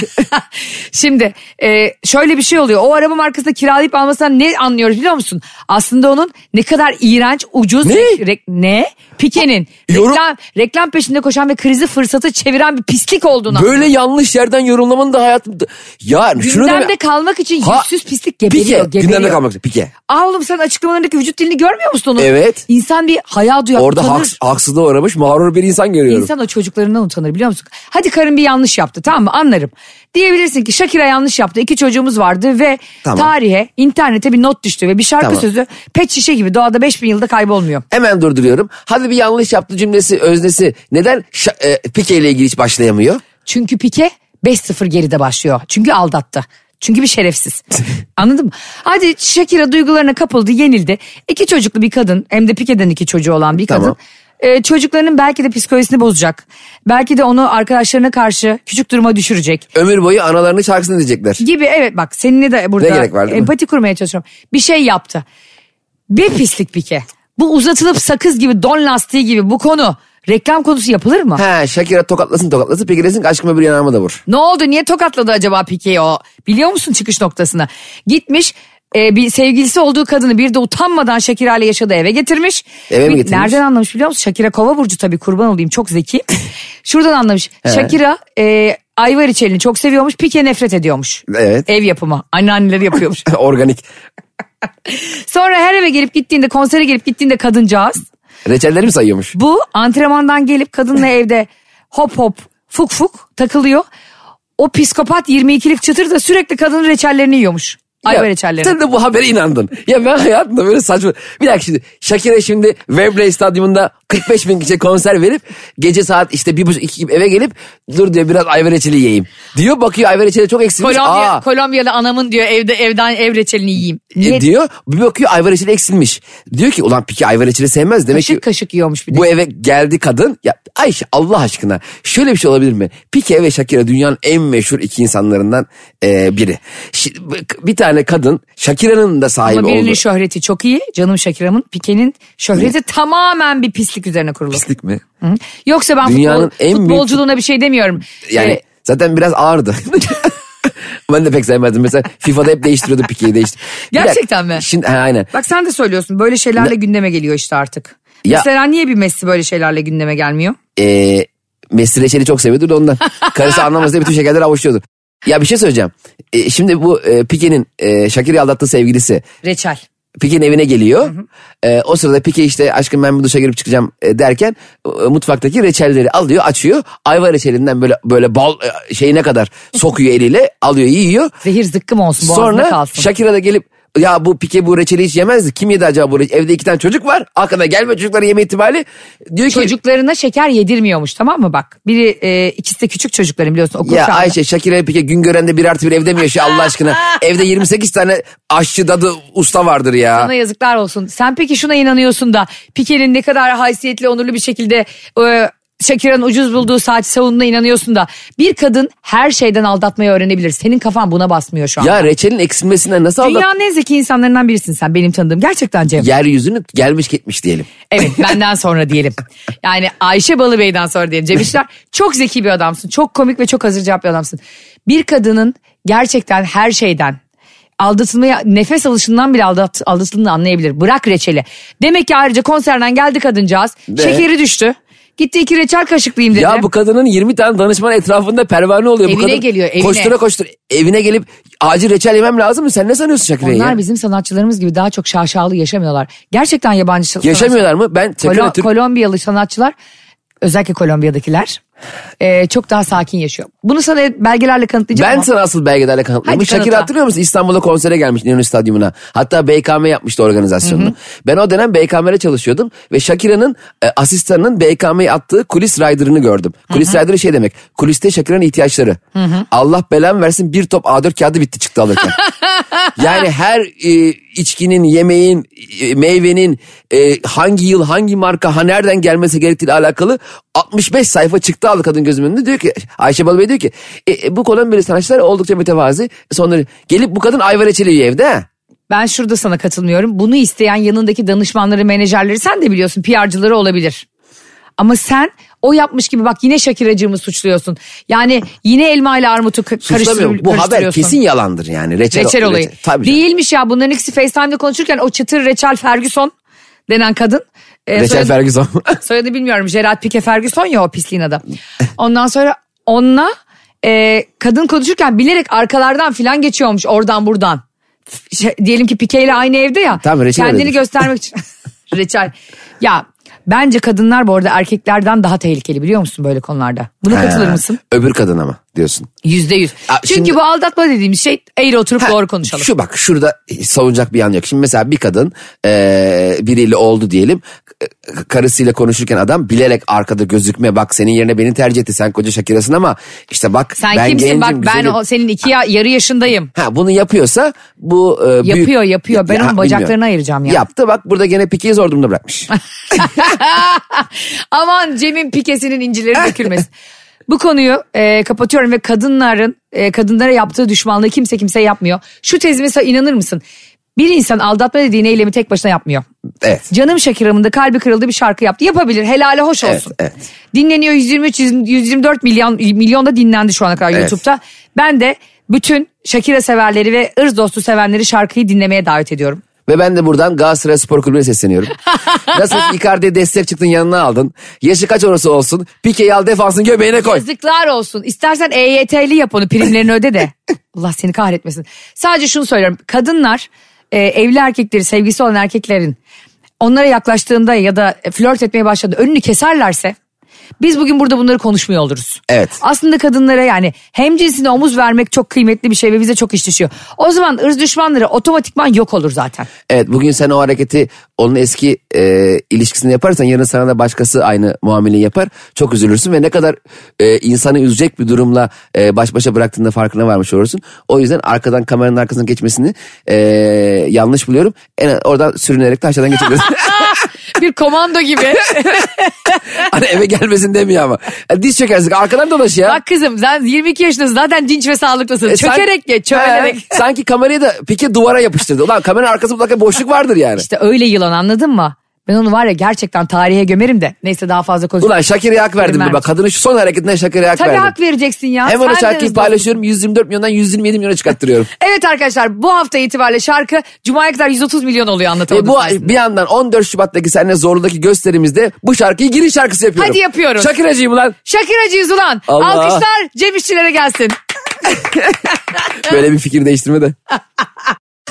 S2: Şimdi e, şöyle bir şey oluyor. O araba markasını kiralayıp almasından ne anlıyoruz biliyor musun? Aslında onun ne kadar iğrenç, ucuz...
S3: Ne?
S2: rek- ne? Pike'nin
S3: Yorum-
S2: reklam, reklam peşinde koşan ve krizi fırsatı çeviren bir pislik olduğuna.
S3: Böyle yanlış yerden yorumlamanın da hayatımda... Ya şunu da...
S2: Gündemde kalmak için
S3: Ha,
S2: yüzsüz pislik geberiyor.
S3: Pike,
S2: geberiyor.
S3: gündemde kalmak için Pike.
S2: Aa oğlum sen açıklamalarındaki vücut dilini görmüyor musun onu?
S3: Evet.
S2: İnsan bir hayal duyar,
S3: Orada
S2: utanır.
S3: haks, haksızlığa uğramış mağrur bir insan görüyorum.
S2: İnsan o çocuklarından utanır biliyor musun? Hadi karın bir yanlış yaptı tamam mı anlarım. Diyebilirsin ki Shakira yanlış yaptı. İki çocuğumuz vardı ve
S3: Tamam.
S2: tarihe internete bir not düştü ve bir şarkı
S3: Tamam.
S2: sözü pet şişe gibi doğada 5000 yılda kaybolmuyor.
S3: Hemen durduruyorum. Hadi bir yanlış yaptı cümlesi, öznesi. Neden Şa- e, Pike ile ilgili hiç başlayamıyor?
S2: Çünkü Pike 5-0 geride başlıyor. Çünkü aldattı. Çünkü bir
S3: [LAUGHS]
S2: şerefsiz. Anladın mı? Hadi Shakira duygularına kapıldı, yenildi. İki çocuklu bir kadın, hem de Pike'den iki çocuğu olan bir kadın.
S3: Tamam.
S2: e, çocuklarının belki de psikolojisini bozacak. Belki de onu arkadaşlarına karşı küçük duruma düşürecek.
S3: Ömür boyu analarının şarkısını diyecekler.
S2: gibi evet bak seninle de burada
S3: Ne gerek var, değil mi?
S2: empati kurmaya çalışıyorum. Bir şey yaptı. Bir pislik bir ke. Bu uzatılıp sakız gibi don lastiği gibi bu konu reklam konusu yapılır mı?
S3: He Shakira tokatlasın tokatlasın peki desin ki aşkım öbür yanağıma da vur. [LAUGHS]
S2: Ne oldu niye tokatladı acaba Pike'yi o? Biliyor musun çıkış noktasını? Gitmiş e, bir sevgilisi olduğu kadını bir de utanmadan Şakira ile yaşadığı eve getirmiş.
S3: Eve mi
S2: Bir-
S3: getirmiş?
S2: Nereden anlamış biliyor musun? Şakira kova burcu tabii kurban olayım çok zeki. [LAUGHS] Şuradan anlamış. Şakira e, ayvar içelini çok seviyormuş. Pike nefret ediyormuş.
S3: Evet.
S2: Ev yapımı. Anneanneleri yapıyormuş.
S3: Organik.
S2: Sonra her eve gelip gittiğinde konsere gelip gittiğinde kadıncağız.
S3: Reçelleri mi sayıyormuş?
S2: Bu antrenmandan gelip
S3: [LAUGHS]
S2: kadınla evde hop hop fuk fuk takılıyor. O psikopat 22'lik çıtır da sürekli kadının reçellerini yiyormuş. Ayva
S3: Ya,
S2: reçellerini.
S3: Sen de bu habere inandın. Ya ben hayatımda böyle saçma. Bir dakika şimdi Shakira şimdi Wembley stadyumunda 45 bin kişiye konser verip gece saat işte bir buçuk iki gibi eve gelip dur diyor biraz ayva reçeli yiyeyim. Diyor bakıyor ayva reçeli çok eksilmiş.
S2: Kolombiya,
S3: Aa,
S2: Kolombiyalı anamın diyor evde evden ev reçelini yiyeyim. Niye?
S3: e, diyor bir bakıyor ayva reçeli eksilmiş. Diyor ki ulan peki ayva reçeli sevmez demek
S2: kaşık
S3: ki.
S2: kaşık yiyormuş bir de.
S3: Bu eve geldi kadın. Ya Ayşe Allah aşkına şöyle bir şey olabilir mi? Pike ve Shakira dünyanın en meşhur iki insanlarından e, biri. Şi- bir tane tane kadın Shakira'nın da sahibi
S2: Ama birinin
S3: oldu.
S2: şöhreti çok iyi. Canım Şakira'mın. Pike'nin şöhreti tamamen bir pislik üzerine kurulu.
S3: Pislik mi?
S2: Hı? Yoksa ben
S3: Dünyanın
S2: futbol,
S3: en büyük-
S2: futbolculuğuna bir şey demiyorum.
S3: Yani
S2: Ee,
S3: zaten biraz ağırdı. [LAUGHS] ben de pek sevmezdim. Mesela FIFA'da hep değiştiriyordu pikeyi değiştir. Bir dakika,
S2: Gerçekten mi?
S3: Şimdi, ha, aynen.
S2: bak sen de söylüyorsun böyle şeylerle gündeme geliyor işte artık.
S3: Ya-
S2: Mesela niye bir Messi böyle şeylerle gündeme gelmiyor?
S3: e, Messi Reçel'i çok seviyordu da ondan. Karısı anlamaz diye bütün şekerleri avuçluyordu. Ya bir şey söyleyeceğim. E, şimdi bu e, Pike'nin e, Shakira'yı aldattığı sevgilisi
S2: Reçel.
S3: Pike'nin evine geliyor. E, o sırada Pike işte aşkım ben bir duşa girip çıkacağım e, derken e, mutfaktaki reçelleri alıyor açıyor. Ayva reçelinden böyle böyle bal e, şeyine kadar sokuyor eliyle alıyor yiyor.
S2: Zehir zıkkım olsun boğazında
S3: Sonra
S2: kalsın.
S3: Shakira da gelip ya bu Pike bu reçeli hiç yemezdi. Kim yedi acaba bu reçeli? Evde iki tane çocuk var. Arkada gelme çocukları yeme ihtimali. Diyor ki
S2: Çocuklarına şeker yedirmiyormuş tamam mı bak. Biri e, ikisi de küçük çocukların biliyorsun okul
S3: Ya
S2: çağında.
S3: Ayşe Şakir'e Pike Güngören'de bir artı bir evde mi yaşıyor Allah
S2: [LAUGHS]
S3: aşkına? evde 28 tane aşçı dadı usta vardır ya.
S2: Sana yazıklar olsun. Sen peki şuna inanıyorsun da Pike'nin ne kadar haysiyetli onurlu bir şekilde e, Shakira'nın ucuz bulduğu saati savunduğuna inanıyorsun da bir kadın her şeyden aldatmayı öğrenebilir. Senin kafan buna basmıyor şu an.
S3: Ya reçelin eksilmesinden nasıl Allah
S2: Dünyanın en zeki insanlarından birisin sen benim tanıdığım. Gerçekten Cem.
S3: yeryüzünü gelmiş gitmiş diyelim.
S2: Evet benden sonra diyelim. Yani Ayşe Balıbey'den sonra diyelim. Cem İşler çok zeki bir adamsın. Çok komik ve çok hazır cevap bir adamsın. Bir kadının gerçekten her şeyden aldatılmaya nefes alışından bile aldat, aldatıldığını anlayabilir. Bırak reçeli. Demek ki ayrıca konserden geldi kadıncağız.
S3: Ve-
S2: Şekeri düştü. Gitti iki reçel kaşıklayayım dedi.
S3: Ya bu kadının 20 tane danışman etrafında pervane oluyor. bu
S2: Evine
S3: kadın
S2: geliyor, evine.
S3: Koştura koştura evine gelip acil reçel yemem lazım mı? Sen ne sanıyorsun Şakire'yi
S2: Onlar
S3: ya?
S2: bizim sanatçılarımız gibi daha çok şaşalı yaşamıyorlar. Gerçekten yabancı sanatçı-
S3: Yaşamıyorlar mı? Ben Şakire
S2: Kolo-
S3: Türk...
S2: Kolombiyalı sanatçılar özellikle Kolombiya'dakiler e, çok daha sakin yaşıyor. Bunu sana belgelerle kanıtlayacağım
S3: Ben
S2: ama
S3: sana asıl belgelerle kanıtladım.
S2: Hadi kanıtla.
S3: Şakir hatırlıyor musun? İstanbul'da konsere gelmiş İnönü Stadyumuna. Hatta BKM yapmıştı organizasyonunu. Ben o dönem BKM'de çalışıyordum ve Şakira'nın e, asistanının BKM'ye attığı kulis rider'ını gördüm. Kulis rider'ı şey demek. Kuliste Şakira'nın ihtiyaçları. Allah belamı versin bir top A4 kağıdı bitti
S2: [LAUGHS]
S3: çıktı alırken.
S2: Ah.
S3: yani her e, içkinin, yemeğin, e, meyvenin e, hangi yıl, hangi marka, ha nereden gelmesi gerektiğiyle alakalı 65 sayfa çıktı aldı kadın gözümün önünde. Diyor ki Ayşe Balıbey diyor ki e, e, bu Kolombiyalı sanatçılar oldukça mütevazi. Sonları gelip bu kadın ayva reçeli yiyor evde. ha.
S2: ben şurada sana katılmıyorum. Bunu isteyen yanındaki danışmanları, menajerleri sen de biliyorsun PR'cıları olabilir. Ama sen o yapmış gibi bak yine Şakiracığımı suçluyorsun. Yani yine elma ile armutu ka-
S3: Suçlamıyorum.
S2: karıştır-
S3: Bu haber
S2: karıştırıyorsun.
S3: kesin yalandır yani. Reçel,
S2: Reçel olayı.
S3: Tabii canım.
S2: Değilmiş ya bunların ikisi FaceTime'da konuşurken o çıtır reçel Ferguson denen kadın. e,
S3: Reçel
S2: soyadı-
S3: Ferguson.
S2: Soyadı bilmiyorum. Gerard Pique Ferguson ya o pisliğin adam. Ondan sonra onunla e, kadın konuşurken bilerek arkalardan filan geçiyormuş oradan buradan. Şey, diyelim ki Pique ile aynı evde ya.
S3: Tamam, reçel
S2: kendini
S3: öyledir.
S2: göstermek
S3: [LAUGHS]
S2: için. reçel. Ya bence kadınlar bu arada erkeklerden daha tehlikeli biliyor musun böyle konularda? Buna
S3: [LAUGHS]
S2: katılır mısın?
S3: Öbür kadın ama diyorsun.
S2: Yüzde yüz.
S3: Aa,
S2: Çünkü
S3: şimdi-
S2: bu aldatma dediğimiz şey eğri oturup
S3: Ha,
S2: doğru konuşalım.
S3: Şu bak şurada savunacak bir yan yok. Şimdi mesela bir kadın eee, biriyle oldu diyelim. K- Karısıyla konuşurken adam bilerek arkada gözükme bak senin yerine beni tercih etti. Sen koca Şakira'sın ama işte bak
S2: Sen
S3: ben
S2: kimsin
S3: gencim,
S2: bak ben
S3: güzelim.
S2: o, senin iki ya- yarı yaşındayım.
S3: Ha bunu yapıyorsa bu e, büyük-
S2: Yapıyor, yapıyor. Ben onun
S3: ha,
S2: bacaklarını
S3: bilmiyorum.
S2: ayıracağım ya.
S3: Yaptı bak burada gene Piki'yi zor
S2: [LAUGHS]
S3: durumda bırakmış.
S2: Aman Cem'in pikesinin incileri dökülmesin. Bu konuyu e, kapatıyorum ve kadınların e, kadınlara yaptığı düşmanlığı kimse kimse yapmıyor. Şu tezime sa- inanır mısın? Bir insan aldatma dediğin eylemi tek başına yapmıyor.
S3: evet.
S2: Canım Şakir'ımın da kalbi kırıldı bir şarkı yaptı. Yapabilir. Helale hoş
S3: Evet,
S2: olsun.
S3: evet.
S2: Dinleniyor 123 124 milyon milyon da dinlendi şu ana kadar
S3: Evet.
S2: YouTube'da. Ben de bütün Şakira severleri ve ırz dostu sevenleri şarkıyı dinlemeye davet ediyorum.
S3: Ve ben de buradan Galatasaray Spor
S2: [LAUGHS]
S3: Kulübü'ne sesleniyorum. Nasıl Icardi'ye destek çıktın yanına aldın. Yaşı kaç orası olsun. Pike'yi al defansın göbeğine koy.
S2: Yazıklar olsun. İstersen EYT'li yap onu primlerini öde de. Allah seni kahretmesin. Sadece şunu söylüyorum. Kadınlar e, evli erkekleri sevgisi olan erkeklerin onlara yaklaştığında ya da flört etmeye başladığında önünü keserlerse biz bugün burada bunları konuşmuyor oluruz.
S3: Evet.
S2: Aslında kadınlara yani hem cinsine omuz vermek çok kıymetli bir şey ve bize çok iş düşüyor. O zaman ırz düşmanları otomatikman yok olur zaten.
S3: Evet bugün sen o hareketi onun eski e, ilişkisini yaparsan yarın sana da başkası aynı muameleyi yapar. Çok üzülürsün ve ne kadar e, insanı üzecek bir durumla e, baş başa bıraktığında farkına varmış olursun. O yüzden arkadan kameranın
S2: [LAUGHS]
S3: arkasından geçmesini e, yanlış buluyorum. En, oradan sürünerek de aşağıdan geçebilirsin.
S2: bir komando gibi.
S3: Hani eve gelmesin demiyor ama. Ya diz çökersin arkadan dolaş
S2: [LAUGHS]
S3: ya.
S2: Bak kızım sen 22 yaşındasın zaten dinç ve sağlıklısın.
S3: E, sanki-
S2: Çökerek geç,
S3: He,
S2: çömelerek.
S3: [LAUGHS] sanki kamerayı da pike duvara yapıştırdı. Ulan kameranın arkasında mutlaka boşluk vardır yani.
S2: İşte öyle yılan anladın mı? Ben onu var ya gerçekten tarihe gömerim de. Neyse daha fazla konuşmayayım.
S3: Ulan Şakir'e hak verdim bir bak. Kadının şu son hareketine Şakir'e hak
S2: Tabii
S3: verdim.
S2: hak vereceksin ya.
S3: Hemen o
S2: Sen
S3: şarkıyı
S2: deriz
S3: paylaşıyorum. 124 milyondan 127 milyona çıkarttırıyorum.
S2: Evet arkadaşlar bu hafta itibariyle şarkı Cuma'ya kadar 130 milyon oluyor anlatamadım.
S3: E bu
S2: sayesinde.
S3: bir yandan 14 Şubat'taki seninle zorludaki gösterimizde bu şarkıyı giriş şarkısı yapıyorum.
S2: Hadi yapıyoruz.
S3: Şakir'acıyım
S2: [LAUGHS]
S3: ulan.
S2: Şakiracıyız ulan.
S3: Allah.
S2: Alkışlar Cem İşçilere gelsin.
S3: Böyle bir fikir
S2: [LAUGHS]
S3: değiştirme de.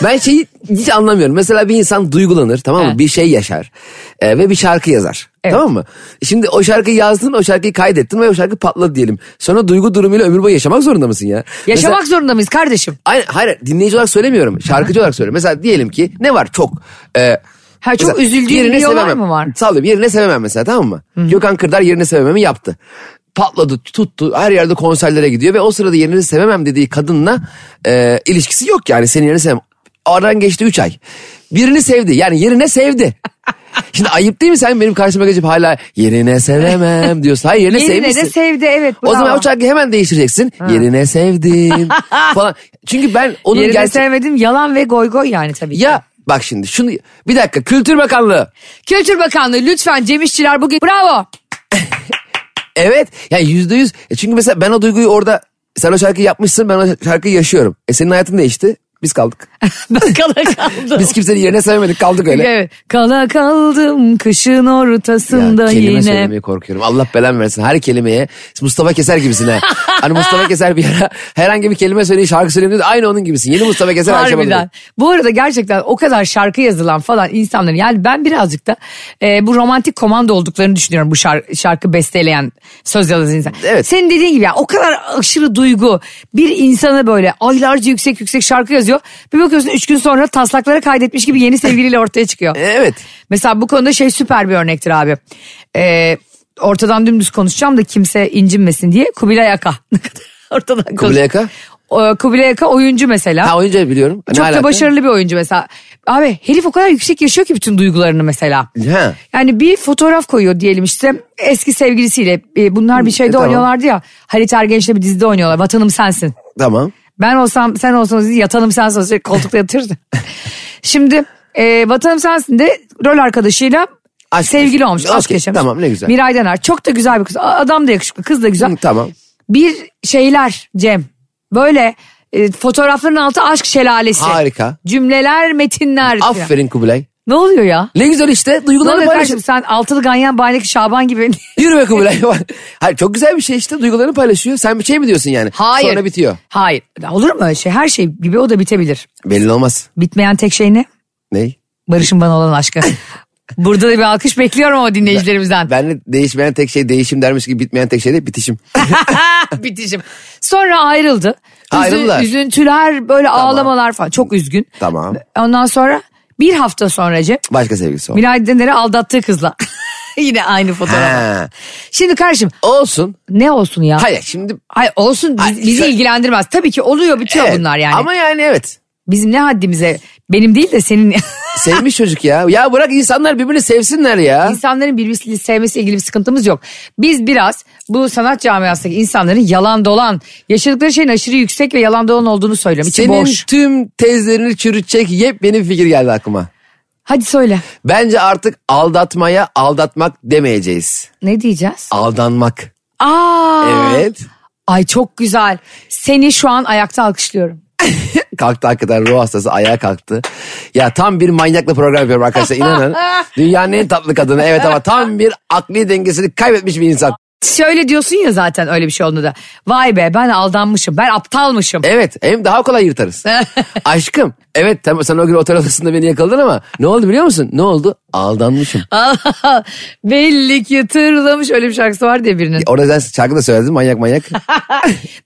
S3: Ben şeyi hiç anlamıyorum. Mesela bir insan duygulanır tamam mı?
S2: Evet.
S3: Bir şey yaşar e, ve bir şarkı yazar.
S2: Evet.
S3: Tamam mı? Şimdi o şarkıyı yazdın, o şarkıyı kaydettin ve o şarkı patladı diyelim. Sonra duygu durumuyla ömür boyu yaşamak zorunda mısın ya?
S2: Yaşamak
S3: Mesela-
S2: zorunda mıyız kardeşim?
S3: Aynen, hayır dinleyici olarak söylemiyorum. Şarkıcı olarak söylüyorum. Mesela diyelim ki ne var çok. E,
S2: Ha, çok
S3: mesela
S2: üzüldüğün
S3: yerine
S2: bir olay
S3: sevemem.
S2: mı var?
S3: Sallıyorum yerine sevemem mesela tamam mı? Gökhan Kırdar yerine sevememi yaptı. Patladı tuttu her yerde konserlere gidiyor ve o sırada yerini sevemem dediği kadınla e, ilişkisi yok yani senin yerini sevemem. Aradan geçti 3 ay. Birini sevdi yani
S2: [LAUGHS]
S3: yerine sevdi. Şimdi ayıp değil mi sen benim karşıma geçip hala yerine sevemem diyorsun. Hayır yerine,
S2: [LAUGHS] Yerine de
S3: sevmişsin.
S2: sevdi evet.
S3: O zaman
S2: bravo.
S3: o şarkıyı hemen değiştireceksin.
S2: [LAUGHS]
S3: Yerine sevdim falan. Çünkü ben onun
S2: Yerine
S3: gerçek-
S2: sevmedim yalan ve goy goy yani tabii ki.
S3: Ya bak şimdi şunu bir dakika Kültür Bakanlığı.
S2: Kültür Bakanlığı lütfen Cem İşçiler bugün
S3: [LAUGHS]
S2: bravo.
S3: Evet yani yüzde yüz. E Çünkü mesela ben o duyguyu orada sen o şarkıyı yapmışsın ben o şarkıyı yaşıyorum. E senin hayatın değişti.
S2: [LAUGHS]
S3: Biz kaldık.
S2: Ben kala kaldım.
S3: Biz kimsenin yerine sevemedik kaldık öyle.
S2: Evet. Kala kaldım kışın
S3: Ya,
S2: ortasında
S3: kelime
S2: yine.
S3: söylemeye korkuyorum. Allah belamı versin. Her kelimeye Mustafa Keser
S2: [LAUGHS]
S3: gibisin ha. hani Mustafa Keser bir ara herhangi bir kelime söyleyin şarkı söyleyin diyordu. Aynı onun gibisin. Yeni Mustafa Keser Ayşe Balıbey.
S2: Harbiden. Bu arada gerçekten o kadar şarkı yazılan falan insanların yani ben birazcık da e, bu romantik komando olduklarını düşünüyorum bu şarkı, şarkı besteleyen söz yazan insan.
S3: Evet.
S2: Senin dediğin gibi ya o kadar aşırı duygu bir insana böyle aylarca yüksek yüksek şarkı yazıyor. Bir bakıyorsun üç gün sonra taslaklara kaydetmiş gibi yeni sevgiliyle ortaya çıkıyor.
S3: E, Evet.
S2: Mesela bu konuda şey süper bir örnektir abi. Ee, ortadan dümdüz konuşacağım da kimse incinmesin diye Kubilay Aka. [LAUGHS] ortadan konuş-
S3: Kubilay Aka?
S2: Ee, Kubilay Aka oyuncu mesela.
S3: Ha oyuncu biliyorum. Ne
S2: Çok da
S3: alaka?
S2: başarılı bir oyuncu mesela. Abi herif o kadar yüksek yaşıyor ki bütün duygularını mesela.
S3: Ha.
S2: Yani bir fotoğraf koyuyor diyelim işte eski sevgilisiyle. Ee, Bunlar bir şeyde
S3: e, tamam.
S2: oynuyorlardı ya. Halit Ergenç'le bir dizide oynuyorlar. Vatanım sensin.
S3: Tamam.
S2: Ben olsam sen olsanız değil, yatalım sen olsanız koltukta
S3: [LAUGHS]
S2: yatırdı. Şimdi e, vatanım sensin de rol arkadaşıyla
S3: Aşk
S2: sevgili
S3: yaşamış.
S2: olmuş.
S3: Okey,
S2: Aşk yaşamış.
S3: tamam, ne güzel.
S2: Miray Dener çok da güzel bir kız. A- Adam da yakışıklı kız da güzel.
S3: Hı, tamam.
S2: Bir şeyler Cem böyle e, fotoğrafların altı aşk şelalesi.
S3: Harika.
S2: Cümleler metinler. diyor.
S3: Aferin Kubilay.
S2: Ne oluyor ya?
S3: Ne güzel işte
S2: Ne
S3: duygularını
S2: oluyor
S3: paylaşın.
S2: kardeşim sen altılı ganyan baydaki Şaban gibi.
S3: Yürü be Kubilay. [LAUGHS] Hayır çok güzel bir şey işte duygularını paylaşıyor. Sen bir şey mi diyorsun yani?
S2: [LAUGHS] Hayır.
S3: Sonra bitiyor.
S2: Hayır. Olur mu öyle şey? Her şey gibi o da bitebilir.
S3: Belli olmaz.
S2: Bitmeyen tek şey ne?
S3: Ney?
S2: Barış'ın bana olan aşkı. Burada da bir alkış bekliyorum ama dinleyicilerimizden.
S3: Ben de değişmeyen tek şey değişim dermiş gibi bitmeyen tek şey
S2: [LAUGHS]
S3: de bitişim.
S2: Ah, Bitişim. Sonra ayrıldı. Üzü-
S3: Ayrıldılar.
S2: Üzüntüler böyle ağlamalar falan. Çok üzgün.
S3: Tamam.
S2: Ondan sonra bir hafta sonra Cem
S3: Başka sevgilisi oldu.
S2: Miray Dener'i aldattığı kızla. [LAUGHS] Yine aynı fotoğraf.
S3: Ha.
S2: Şimdi kardeşim
S3: Olsun.
S2: ne olsun ya?
S3: Hayır şimdi.
S2: Hayır olsun biz-
S3: Hayır,
S2: bizi
S3: şöyle-
S2: ilgilendirmez. Tabii ki oluyor bitiyor
S3: Evet.
S2: bunlar yani.
S3: Ama yani evet.
S2: Bizim ne haddimize benim değil de senin [LAUGHS]
S3: Sevmiş çocuk ya. Ya bırak insanlar birbirini sevsinler ya.
S2: İnsanların birbirini sevmesiyle ilgili bir sıkıntımız yok. Biz biraz bu sanat camiasındaki insanların yalan dolan, yaşadıkları şeyin aşırı yüksek ve yalan dolan olduğunu söylüyorum. İçi
S3: Senin
S2: boş.
S3: tüm tezlerini çürütecek yepyeni bir fikir geldi aklıma.
S2: Hadi söyle.
S3: Bence artık aldatmaya aldatmak demeyeceğiz.
S2: Ne diyeceğiz?
S3: Aldanmak.
S2: Aa!
S3: Evet.
S2: Ay çok güzel. Seni şu an ayakta alkışlıyorum.
S3: Kalktı hakikaten ruh hastası ayağa kalktı. Ya tam bir manyakla program yapıyorum arkadaşlar inanın. Dünyanın en tatlı kadını evet ama tam bir akli dengesini kaybetmiş bir insan.
S2: Şöyle diyorsun ya zaten öyle bir şey olduğunda da. Vay be ben aldanmışım. Ben aptalmışım.
S3: Evet hem daha kolay yırtarız. Aşkım evet tamam sen o gün otel odasında beni yakaladın ama ne oldu biliyor musun? Ne oldu? Aldanmışım.
S2: [LAUGHS] Belli ki tırlamış öyle bir şarkısı var diye birinin.
S3: Orada sen şarkı da söyledin manyak manyak.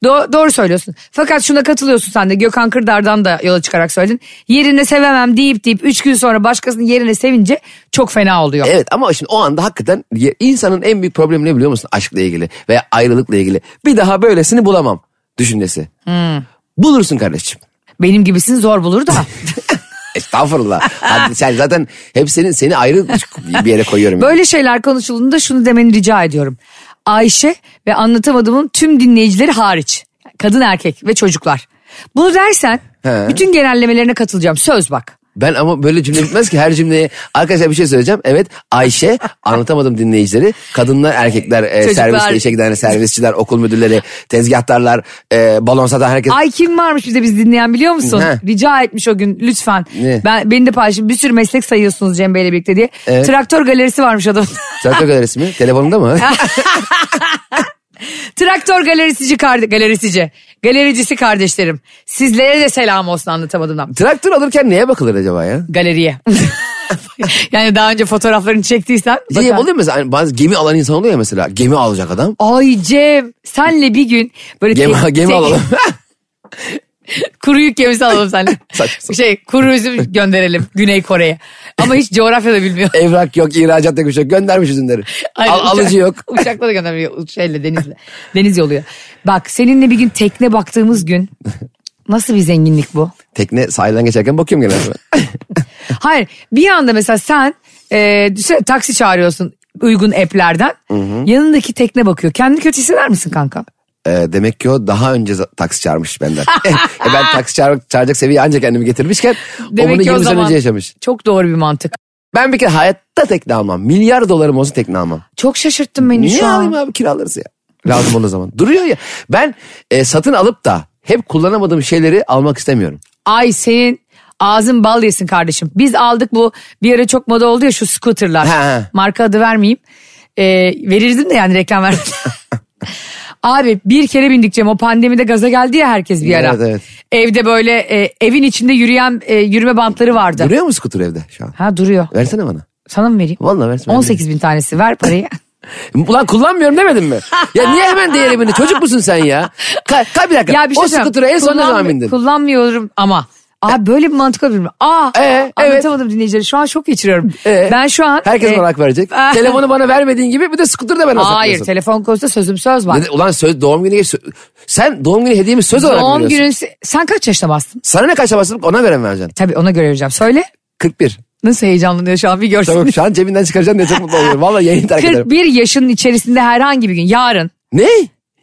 S2: Do- doğru söylüyorsun. Fakat şuna katılıyorsun sen de Gökhan Kırdar'dan da yola çıkarak söyledin. Yerine sevemem deyip deyip üç gün sonra başkasının yerine sevince çok fena oluyor.
S3: Evet ama şimdi o anda hakikaten ya- insanın en büyük problemi ne biliyor musun? Aşkla ilgili veya ayrılıkla ilgili. Bir daha böylesini bulamam düşüncesi. Bulursun kardeşim.
S2: Benim gibisin zor bulur da.
S3: Estağfurullah. Hadi sen zaten hep senin seni ayrı bir yere koyuyorum.
S2: Böyle şeyler konuşulduğunda şunu demeni rica ediyorum. Ayşe ve anlatamadığımın tüm dinleyicileri hariç. Kadın erkek ve çocuklar. Bunu dersen
S3: He.
S2: bütün genellemelerine katılacağım. Söz bak.
S3: Ben ama böyle cümle bitmez ki her cümleye. Arkadaşlar bir şey söyleyeceğim. Evet Ayşe anlatamadım dinleyicileri. Kadınlar, erkekler, e,
S2: Çocuklar.
S3: servis işe giden servisçiler, okul müdürleri, tezgahtarlar, e, balon satan herkes.
S2: Ay kim varmış bize biz dinleyen biliyor musun?
S3: He.
S2: Rica etmiş o gün lütfen.
S3: Ne?
S2: Ben Beni de paylaşın. Bir sürü meslek sayıyorsunuz Cem Bey'le birlikte diye.
S3: Evet.
S2: Traktör galerisi varmış adamın. [LAUGHS]
S3: Traktör galerisi mi? Telefonunda mı?
S2: Traktör galerisici kardeş, galerisici. Galericisi kardeşlerim. Sizlere de selam olsun anlatamadığımdan.
S3: Traktör alırken neye bakılır acaba ya?
S2: Galeriye. [LAUGHS] yani daha önce fotoğraflarını çektiysen.
S3: Şey
S2: bakar.
S3: oluyor mu mesela hani bazı gemi alan insan oluyor ya mesela. Gemi alacak adam.
S2: Ay Cem senle bir gün böyle
S3: Gemi,
S2: tek-
S3: gemi
S2: tek-
S3: alalım.
S2: [LAUGHS] kuru yük gemisi alalım senle.
S3: [LAUGHS] Saçma sapan.
S2: şey kuru üzüm gönderelim Güney Kore'ye. Ama hiç coğrafya da bilmiyor.
S3: Evrak yok, ihracat yok bir şey yok. Göndermiş üzümleri.
S2: Aynen,
S3: Al- alıcı yok.
S2: [LAUGHS] Uçakla da gönderiyor şeyle denizle. Deniz yoluyor. Bak seninle bir gün tekne baktığımız gün nasıl bir zenginlik bu?
S3: Tekne sahilden geçerken bakıyorum genelde.
S2: Hayır bir anda mesela sen e, düşünsene taksi çağırıyorsun uygun app'lerden. Yanındaki tekne bakıyor. Kendini kötü hisseder misin kanka?
S3: Ee, demek ki o daha önce za- taksi çağırmış benden. [LAUGHS] E, ben taksi çağır, çağıracak seviye ancak kendimi getirmişken o bunu
S2: Demek ki
S3: 20
S2: o
S3: sene
S2: zaman
S3: önce yaşamış.
S2: çok doğru bir mantık.
S3: Ben bir kere hayatta tekne almam. Milyar dolarım olsa tekne almam.
S2: Çok şaşırttın beni
S3: Niye
S2: şu an.
S3: alayım abi kiralarız ya. Lazım olduğu zaman. Duruyor ya. Ben e, satın alıp da hep kullanamadığım şeyleri almak istemiyorum.
S2: Ay senin ağzın bal yesin kardeşim. Biz aldık bu bir ara çok moda oldu ya şu scooterlar.
S3: He, he.
S2: Marka adı vermeyeyim. Ee, verirdim de yani reklam vermedim.
S3: [LAUGHS]
S2: Abi bir kere bindikçe o pandemide gaza geldi ya herkes bir ara.
S3: Evet, evet.
S2: Evde böyle e, evin içinde yürüyen e, yürüme bantları vardı.
S3: Duruyor mu skuter evde şu an?
S2: Ha duruyor.
S3: Versene bana.
S2: Sana mı vereyim?
S3: Vallahi versin, ben
S2: 18 bin tanesi ver
S3: [LAUGHS]
S2: parayı.
S3: Ulan kullanmıyorum demedin mi? Ya niye hemen değeri bindi? Çocuk musun sen ya? Ka, ka bir dakika.
S2: ya bir şey
S3: o
S2: söyleyeyim.
S3: skutura en son ne
S2: Kullanmı-
S3: zaman bindin?
S2: Kullanmıyorum ama. Aa böyle bir mantık olabilir mi? Aa
S3: Ee, evet.
S2: anlatamadım dinleyicilere. Şu an şok geçiriyorum.
S3: Ee,
S2: ben şu an...
S3: Herkes
S2: e,
S3: bana
S2: [LAUGHS]
S3: hak verecek.
S2: Ah.
S3: Telefonu bana vermediğin gibi bir de skuter da ben
S2: Hayır telefon konusunda sözüm söz var.
S3: Neden- Ulan söz doğum günü geç. Sen doğum günü hediyemi söz olarak mı
S2: Doğum
S3: veriyorsun?
S2: günün... Sen kaç yaşta bastın?
S3: Sana ne kaça basılıp ona göre mi vereceksin?
S2: Tabii ona göre vereceğim. Söyle.
S3: 41.
S2: Nasıl heyecanlanıyor şu an bir görsün. [LAUGHS]
S3: Tamam şu an cebinden çıkaracaksın diye çok mutlu oluyorum. Valla yayını terk ederim.
S2: 41 yaşının içerisinde herhangi bir gün. Yarın.
S3: Ne?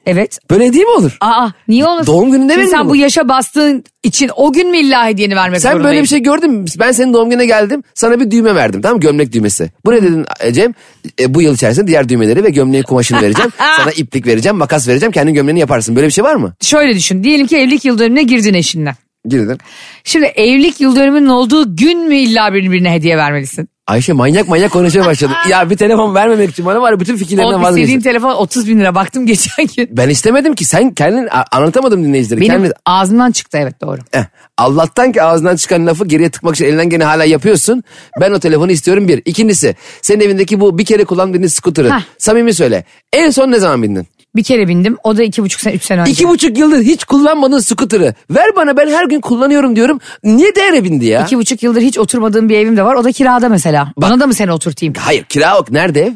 S2: Evet.
S3: Böyle hediye mi olur?
S2: Aa niye olmasın?
S3: Doğum gününde
S2: Şimdi
S3: verildi
S2: sen
S3: mi
S2: bu
S3: bu?
S2: yaşa bastığın için o gün mü illa hediyeni vermek
S3: Sen böyle
S2: zorundayım?
S3: bir şey gördün mü? Ben senin doğum gününe geldim. Sana bir düğme verdim. Tamam mı? Gömlek düğmesi. Bu ne dedin Cem? E, bu yıl içerisinde diğer düğmeleri ve gömleğin
S2: [LAUGHS]
S3: kumaşını vereceğim. sana iplik vereceğim, makas vereceğim. Kendi gömleğini yaparsın. Böyle bir şey var mı?
S2: Şöyle düşün. Diyelim ki evlilik yıl dönümüne girdin eşinle.
S3: Girdin.
S2: Şimdi evlilik yıl dönümünün olduğu gün mü illa birbirine hediye vermelisin?
S3: Ayşe manyak manyak
S2: [LAUGHS]
S3: konuşmaya başladı. ya bir telefon vermemek için bana var ya bütün fikirlerinden
S2: O istediğin
S3: vazgeçtim.
S2: telefon 30 bin lira baktım geçen gün.
S3: Ben istemedim ki sen kendin a- anlatamadım dinleyicilere.
S2: Benim
S3: Kendin-
S2: ağzımdan çıktı evet doğru.
S3: Eh, Allah'tan ki ağzından çıkan lafı geriye tıkmak için elinden gene hala yapıyorsun. Ben o telefonu istiyorum bir. İkincisi senin evindeki bu bir kere kullandığın skuteri.
S2: Hah.
S3: Samimi söyle. En son ne zaman bindin?
S2: Bir kere bindim o da iki buçuk sene üç sene önce.
S3: İki buçuk yıldır hiç kullanmadığın skuteri. Ver bana ben her gün kullanıyorum diyorum. Niye değere bindi ya?
S2: İki buçuk yıldır hiç oturmadığım bir evim de var. O da kirada mesela. Bana da mı seni oturtayım?
S3: Hayır kira yok. Nerede ev?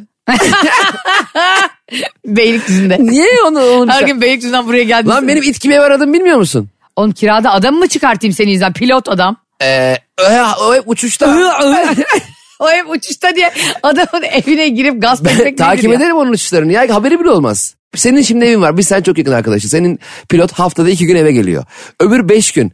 S2: [LAUGHS] Beylikdüzü'nde.
S3: Niye [LAUGHS] onu? onu
S2: Her gün Beylikdüzü'nden buraya geldin.
S3: Lan benim it gibi ev aradım bilmiyor musun?
S2: Oğlum kirada adam mı çıkartayım seni yüzden? Pilot adam.
S3: Ee, o- o hep uçuşta. [LAUGHS]
S2: o hep uçuşta diye adamın [LAUGHS] evine girip gasp etmek
S3: [LAUGHS] Takip
S2: nedir ya?
S3: ederim onun uçuşlarını ya haberi bile olmaz. Senin şimdi evin var biz sen çok yakın arkadaşız. Senin pilot haftada iki gün eve geliyor. Öbür beş gün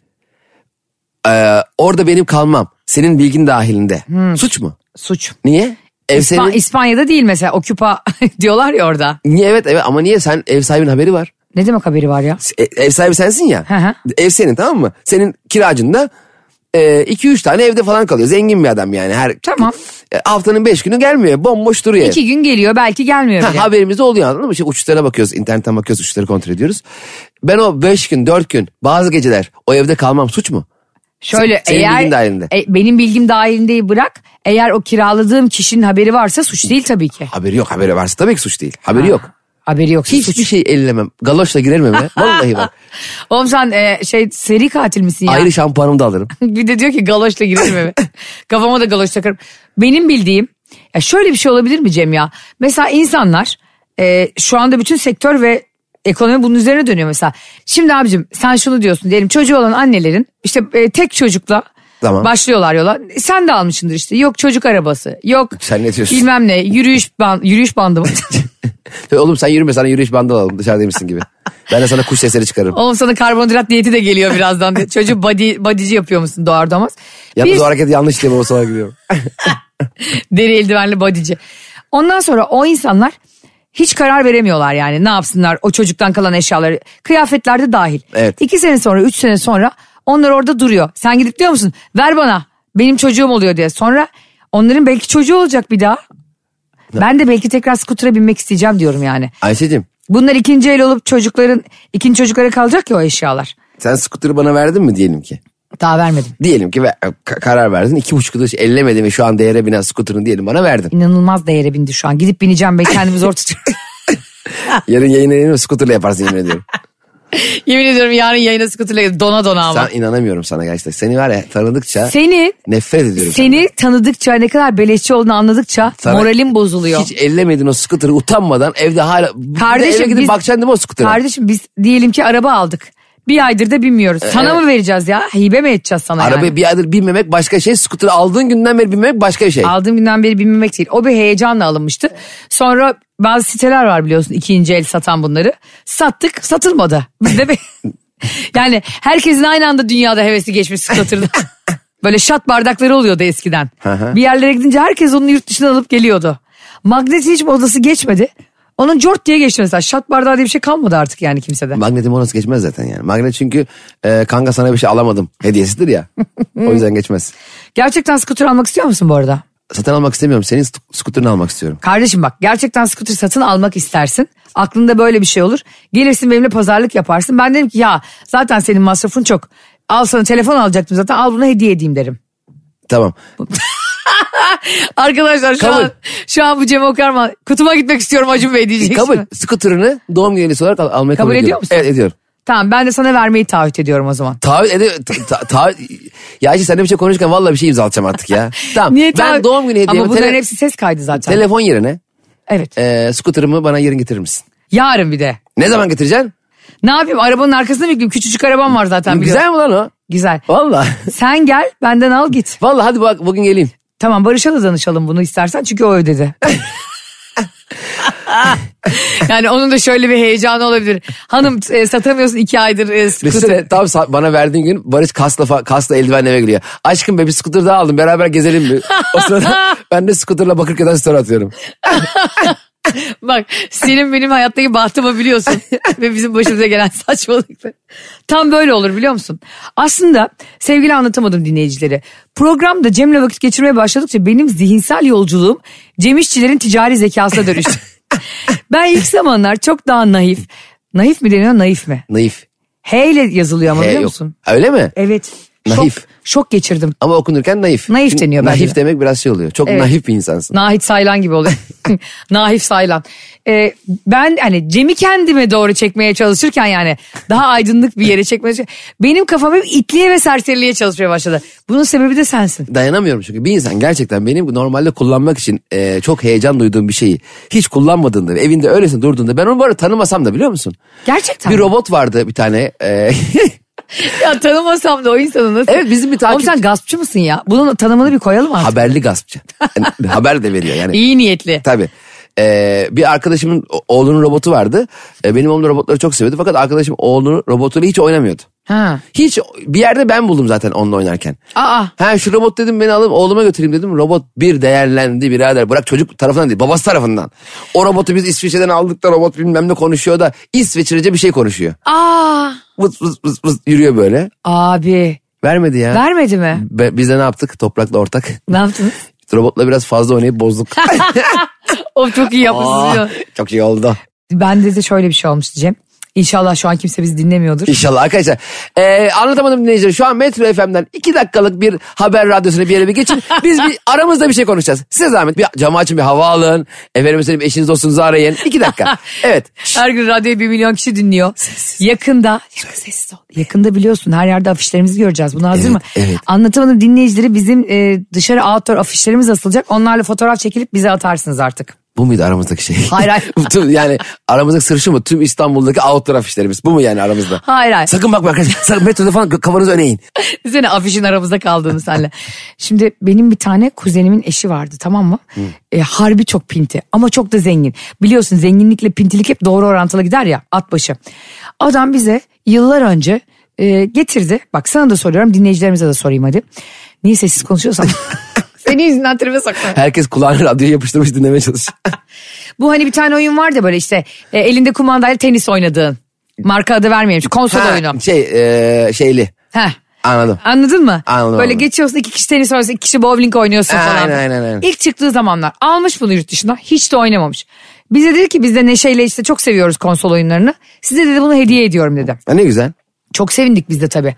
S3: ee, orada benim kalmam. Senin bilgin dahilinde. Suç mu?
S2: Suç.
S3: Niye? Ev
S2: Hmm. İspa-
S3: senin...
S2: İspanya'da değil mesela. O küpa [LAUGHS] diyorlar ya orada.
S3: Niye evet evet ama niye sen ev sahibinin haberi var.
S2: Ne demek haberi var ya?
S3: E- Ev sahibi sensin ya.
S2: Hı hı.
S3: ev senin tamam mı? Senin kiracın da 2-3 tane evde falan kalıyor. Zengin bir adam yani. her
S2: Tamam.
S3: E, Haftanın 5 günü gelmiyor. Bomboş duruyor. ev.
S2: İki gün geliyor belki gelmiyor
S3: Ha,
S2: bile.
S3: haberimiz oluyor anladın mı? İşte uçuşlara bakıyoruz, internetten bakıyoruz, uçuşları kontrol ediyoruz. Ben o 5 gün, 4 gün, bazı geceler o evde kalmam suç mu?
S2: Şöyle
S3: Senin
S2: eğer
S3: bilgin dahilinde.
S2: E, benim bilgim dahilindeyi bırak. Eğer o kiraladığım kişinin haberi varsa suç değil tabii ki.
S3: Haberi yok, haberi varsa tabii ki suç değil. Haberi yok.
S2: Haberi yok.
S3: Hiçbir şey ellemem. Galoşla
S2: [LAUGHS]
S3: girerim eve. Vallahi bak.
S2: Oğlum sen e, şey seri katil misin ya?
S3: Ayrı şampuanımı da alırım.
S2: [LAUGHS] bir de diyor ki galoşla girelim
S3: [LAUGHS]
S2: eve. Kafama da galoş takarım. Benim bildiğim ya şöyle bir şey olabilir mi Cem ya? Mesela insanlar e, şu anda bütün sektör ve ekonomi bunun üzerine dönüyor mesela. Şimdi abicim sen şunu diyorsun diyelim çocuğu olan annelerin işte e, tek çocukla
S3: Tamam.
S2: Başlıyorlar yola. E, Sen de almışsındır işte. Yok çocuk arabası. Yok
S3: Sen ne diyorsun?
S2: bilmem ne. Yürüyüş, ban yürüyüş bandı
S3: [LAUGHS]
S2: mı?
S3: Oğlum sen yürüme sana yürüyüş bandı alalım dışarıdaymışsın gibi. Ben de sana kuş sesleri çıkarırım.
S2: Oğlum sana karbonhidrat diyeti de geliyor birazdan. diye. Çocuğu body, bodyci yapıyor musun doğar doğmaz?
S3: Yalnız
S2: Bir-
S3: o hareket yanlış diye babası olarak gidiyorum.
S2: Deri eldivenli bodyci. Ondan sonra o insanlar hiç karar veremiyorlar yani ne yapsınlar o çocuktan kalan eşyaları. Kıyafetler de dahil.
S3: Evet.
S2: İki sene sonra üç sene sonra onlar orada duruyor. Sen gidip diyor musun ver bana benim çocuğum oluyor diye. Sonra onların belki çocuğu olacak bir daha. Ben de belki tekrar skutura binmek isteyeceğim diyorum yani.
S3: Ayşe'cim
S2: Bunlar ikinci el olup çocukların ikinci çocuklara kalacak ya o eşyalar.
S3: sen skuturu bana verdin mi diyelim ki?
S2: Daha vermedim.
S3: Diyelim ki ve- e, ka- karar verdin. iki buçuk yıldır hiç ellemedin ve şu an değere binen skuturunu diyelim bana verdin.
S2: [LAUGHS] İnanılmaz değere bindi şu an. Gidip bineceğim ben kendimi zor tutuyorum.
S3: [LAUGHS]
S2: [LAUGHS]
S3: Yarın yayına yayını skuturla yaparsın yemin ediyorum.
S2: Yemin ediyorum yarın yayına skuturla dona dona ama.
S3: Sen inanamıyorum sana gerçekten. Seni var ya tanıdıkça
S2: Seni
S3: nefret ediyorum.
S2: seni tanıdıkça ne kadar beleşçi olduğunu anladıkça
S3: Sana
S2: moralim bozuluyor.
S3: Hiç ellemedin o skuturu utanmadan evde hala... Bir de
S2: Kardeşim
S3: eve gidip
S2: biz-
S3: bakacaksın değil mi o skuturu?
S2: Kardeşim biz diyelim ki araba aldık. Bir aydır da binmiyoruz. Sana mı vereceğiz ya? Hibe mi edeceğiz sana
S3: E, Arabayı
S2: yani?
S3: bir aydır binmemek başka şey. Skuturu aldığın günden beri binmemek başka bir şey.
S2: Aldığım günden beri binmemek değil. O bir heyecanla alınmıştı. Sonra bazı siteler var biliyorsun ikinci el satan bunları. Sattık satılmadı. [LAUGHS] Biz de bir- yani herkesin aynı anda dünyada hevesi geçmiş scooter'da. Böyle şat bardakları oluyordu eskiden. bir yerlere gidince herkes onu yurt dışından alıp geliyordu. Magnet hiç modası geçmedi. Onun cort diye geçti mesela. Şat bardağı diye bir şey kalmadı artık yani kimsede.
S3: Magnetim o nasıl geçmez zaten yani. Magnet çünkü e, kanka sana bir şey alamadım hediyesidir ya. o yüzden geçmez.
S2: Gerçekten scooter almak istiyor musun bu arada?
S3: Satın almak istemiyorum. Senin sk- skuturunu almak istiyorum.
S2: Kardeşim bak gerçekten scooter satın almak istersin. Aklında böyle bir şey olur. Gelirsin benimle pazarlık yaparsın. Ben dedim ki ya zaten senin masrafın çok. Al sana telefon alacaktım zaten al bunu hediye edeyim derim.
S3: Tamam.
S2: Arkadaşlar şu
S3: Kabul.
S2: an şu an bu Cem Okarman kutuma gitmek istiyorum Acun Bey diyecek.
S3: Kabul.
S2: şimdi.
S3: Skuturunu doğum günü hediyesi olarak al- almayı kabul,
S2: Kabul ediyor
S3: ediyorum.
S2: musun?
S3: Evet ediyorum.
S2: Tamam ben de sana vermeyi taahhüt ediyorum o zaman.
S3: Taahhüt ediyor. Ta, ta- ya Ayşe sen de bir şey konuşurken vallahi bir şey imzalatacağım artık ya.
S2: [LAUGHS]
S3: Tamam.
S2: Niye
S3: ben
S2: taahhüt-
S3: doğum günü hediyemi
S2: Ama bunların
S3: tele-
S2: hepsi ses kaydı zaten.
S3: telefon yerine
S2: evet.
S3: e, skuturumu bana yarın getirir misin?
S2: Yarın bir de.
S3: Ne zaman getireceksin?
S2: Ne yapayım arabanın arkasına mı yükleyeyim? Küçücük arabam var zaten biliyorum.
S3: Güzel mi lan o?
S2: Güzel.
S3: Vallahi. [LAUGHS]
S2: Sen gel benden al git.
S3: Vallahi hadi bak bugün geleyim.
S2: Tamam Barış'a da danışalım bunu istersen çünkü o ödedi. [LAUGHS] yani onun da şöyle bir heyecanı olabilir. Hanım e, satamıyorsun iki aydır e,
S3: Düşünsene
S2: skuter.
S3: tam sa- bana verdiğin gün Barış kasla, fa- kasla eldivenle eve geliyor. Aşkım be bir skuter daha aldım beraber gezelim mi?
S2: [LAUGHS]
S3: O sırada ben de skuterla Bakırköy'den story atıyorum.
S2: Bak senin benim hayattaki bahtımı [LAUGHS] biliyorsun. Ve bizim başımıza gelen saçmalıklar. Tam böyle olur biliyor musun? Aslında sevgili anlatamadım dinleyicileri. Programda Cem'le vakit geçirmeye başladıkça benim zihinsel yolculuğum Cem İşçilerin ticari zekasına [LAUGHS] dönüştü. ben ilk zamanlar çok daha naif. Naif mi deniyor naif mi?
S3: Naif.
S2: H ile yazılıyor ama
S3: He,
S2: biliyor
S3: yok.
S2: musun? E-
S3: Öyle mi?
S2: Evet.
S3: Naif.
S2: Şok, şok geçirdim.
S3: Ama okunurken naif.
S2: Naif
S3: Çünkü
S2: deniyor bence
S3: Naif
S2: de.
S3: demek biraz şey oluyor. Çok
S2: Evet.
S3: naif bir insansın.
S2: Nahit Saylan gibi
S3: [LAUGHS]
S2: oluyor. [LAUGHS] Nahif Saylan. Ee, ben hani Cem'i kendime doğru çekmeye çalışırken yani daha aydınlık bir yere çekmeye çalış- Benim kafam hep itliğe ve serseriliğe çalışmaya başladı. Bunun sebebi de sensin.
S3: Dayanamıyorum çünkü bir insan gerçekten benim normalde kullanmak için e, çok heyecan duyduğum bir şeyi hiç kullanmadığında ve evinde öylesine durduğunda ben onu böyle tanımasam da biliyor musun?
S2: Gerçekten.
S3: Bir
S2: mi?
S3: robot vardı bir tane. e, [LAUGHS]
S2: ya tanımasam da o insanı nasıl?
S3: Evet, bizim bir takip-
S2: Oğlum sen gaspçı mısın ya? Bunun tanımını bir koyalım artık.
S3: haberli gaspçı. Yani haber de veriyor yani.
S2: İyi niyetli.
S3: Tabii. Ee, bir arkadaşımın o- oğlunun robotu vardı. Ee, benim oğlum robotları çok seviyordu. Fakat arkadaşım oğlunun robotuyla hiç oynamıyordu.
S2: Ha.
S3: Hiç bir yerde ben buldum zaten onunla oynarken.
S2: Aa.
S3: Ha şu robot dedim beni alıp oğluma götüreyim dedim. Robot bir değerlendi birader. Bırak çocuk tarafından değil babası tarafından. O robotu biz İsviçre'den aldık da robot bilmem ne konuşuyor da İsviçrece bir şey konuşuyor.
S2: Aa.
S3: Vız vız vız vız yürüyor böyle.
S2: Abi.
S3: Vermedi ya.
S2: Vermedi mi?
S3: Be- biz de ne yaptık? Toprakla ortak.
S2: Ne [LAUGHS] yaptınız?
S3: Robotla biraz fazla oynayıp bozduk. [LAUGHS]
S2: O çok iyi
S3: Aa,
S2: yapmışsın.
S3: çok iyi oldu.
S2: Bende de şöyle bir şey olmuştu Cem. İnşallah şu an kimse bizi dinlemiyordur.
S3: İnşallah arkadaşlar. Ee, anlatamadım dinleyiciler. Şu an Metro FM'den iki dakikalık bir haber radyosuna bir yere
S2: [LAUGHS]
S3: bir geçin. Biz bir, aramızda bir şey konuşacağız. Size zahmet bir camı açın bir hava alın. Efendim söyleyeyim eşiniz dostunuzu arayın. İki
S2: [LAUGHS]
S3: dakika. Evet.
S2: Her gün radyoyu bir milyon kişi dinliyor. Yakında, yakında biliyorsun her yerde afişlerimizi göreceğiz. Bunu hazır
S3: Evet,
S2: mı?
S3: evet.
S2: Anlatamadım dinleyicileri bizim e, dışarı outdoor afişlerimiz asılacak. Onlarla fotoğraf çekilip bize atarsınız artık.
S3: Bu muydu aramızdaki şey?
S2: Hayır, hayır.
S3: [LAUGHS] Tüm- yani aramızdaki sır şu mu? Tüm İstanbul'daki outdraft işlerimiz. Bu mu yani aramızda?
S2: Hayır, hayır.
S3: Sakın bakma arkadaşlar. [LAUGHS] Sakın metroda falan kafanızı öne eğin.
S2: Seni afişin aramızda kaldığını senle. Şimdi benim bir tane kuzenimin eşi vardı tamam mı? E, harbi çok pinti ama çok da zengin. Biliyorsun zenginlikle pintilik hep doğru orantılı gider ya at başı. Adam bize yıllar önce e, getirdi. Bak sana da soruyorum dinleyicilerimize de sorayım hadi. Niye sessiz konuşuyorsam? [LAUGHS] Seni yüzünden tribe sokuyorum.
S3: Herkes kulağını radyoya yapıştırmış dinlemeye çalışıyor.
S2: Bu hani bir tane oyun var da böyle işte e, elinde kumandayla tenis oynadığın. Marka adı vermeyelim. Şu Konsol
S3: Ha,
S2: oyunu.
S3: Şey e, şeyli.
S2: Heh.
S3: Anladım.
S2: Anladın mı?
S3: Anladım,
S2: Böyle
S3: anladım.
S2: geçiyorsun iki kişi tenis oynuyorsun iki kişi bowling oynuyorsun
S3: Ha,
S2: falan.
S3: aynen, aynen, aynen.
S2: İlk çıktığı zamanlar almış bunu yurt dışına hiç de oynamamış. Bize dedi ki biz de Neşe'yle işte çok seviyoruz konsol oyunlarını. Size dedi bunu hediye ediyorum dedi.
S3: Ha, ne güzel.
S2: Çok sevindik biz de tabii.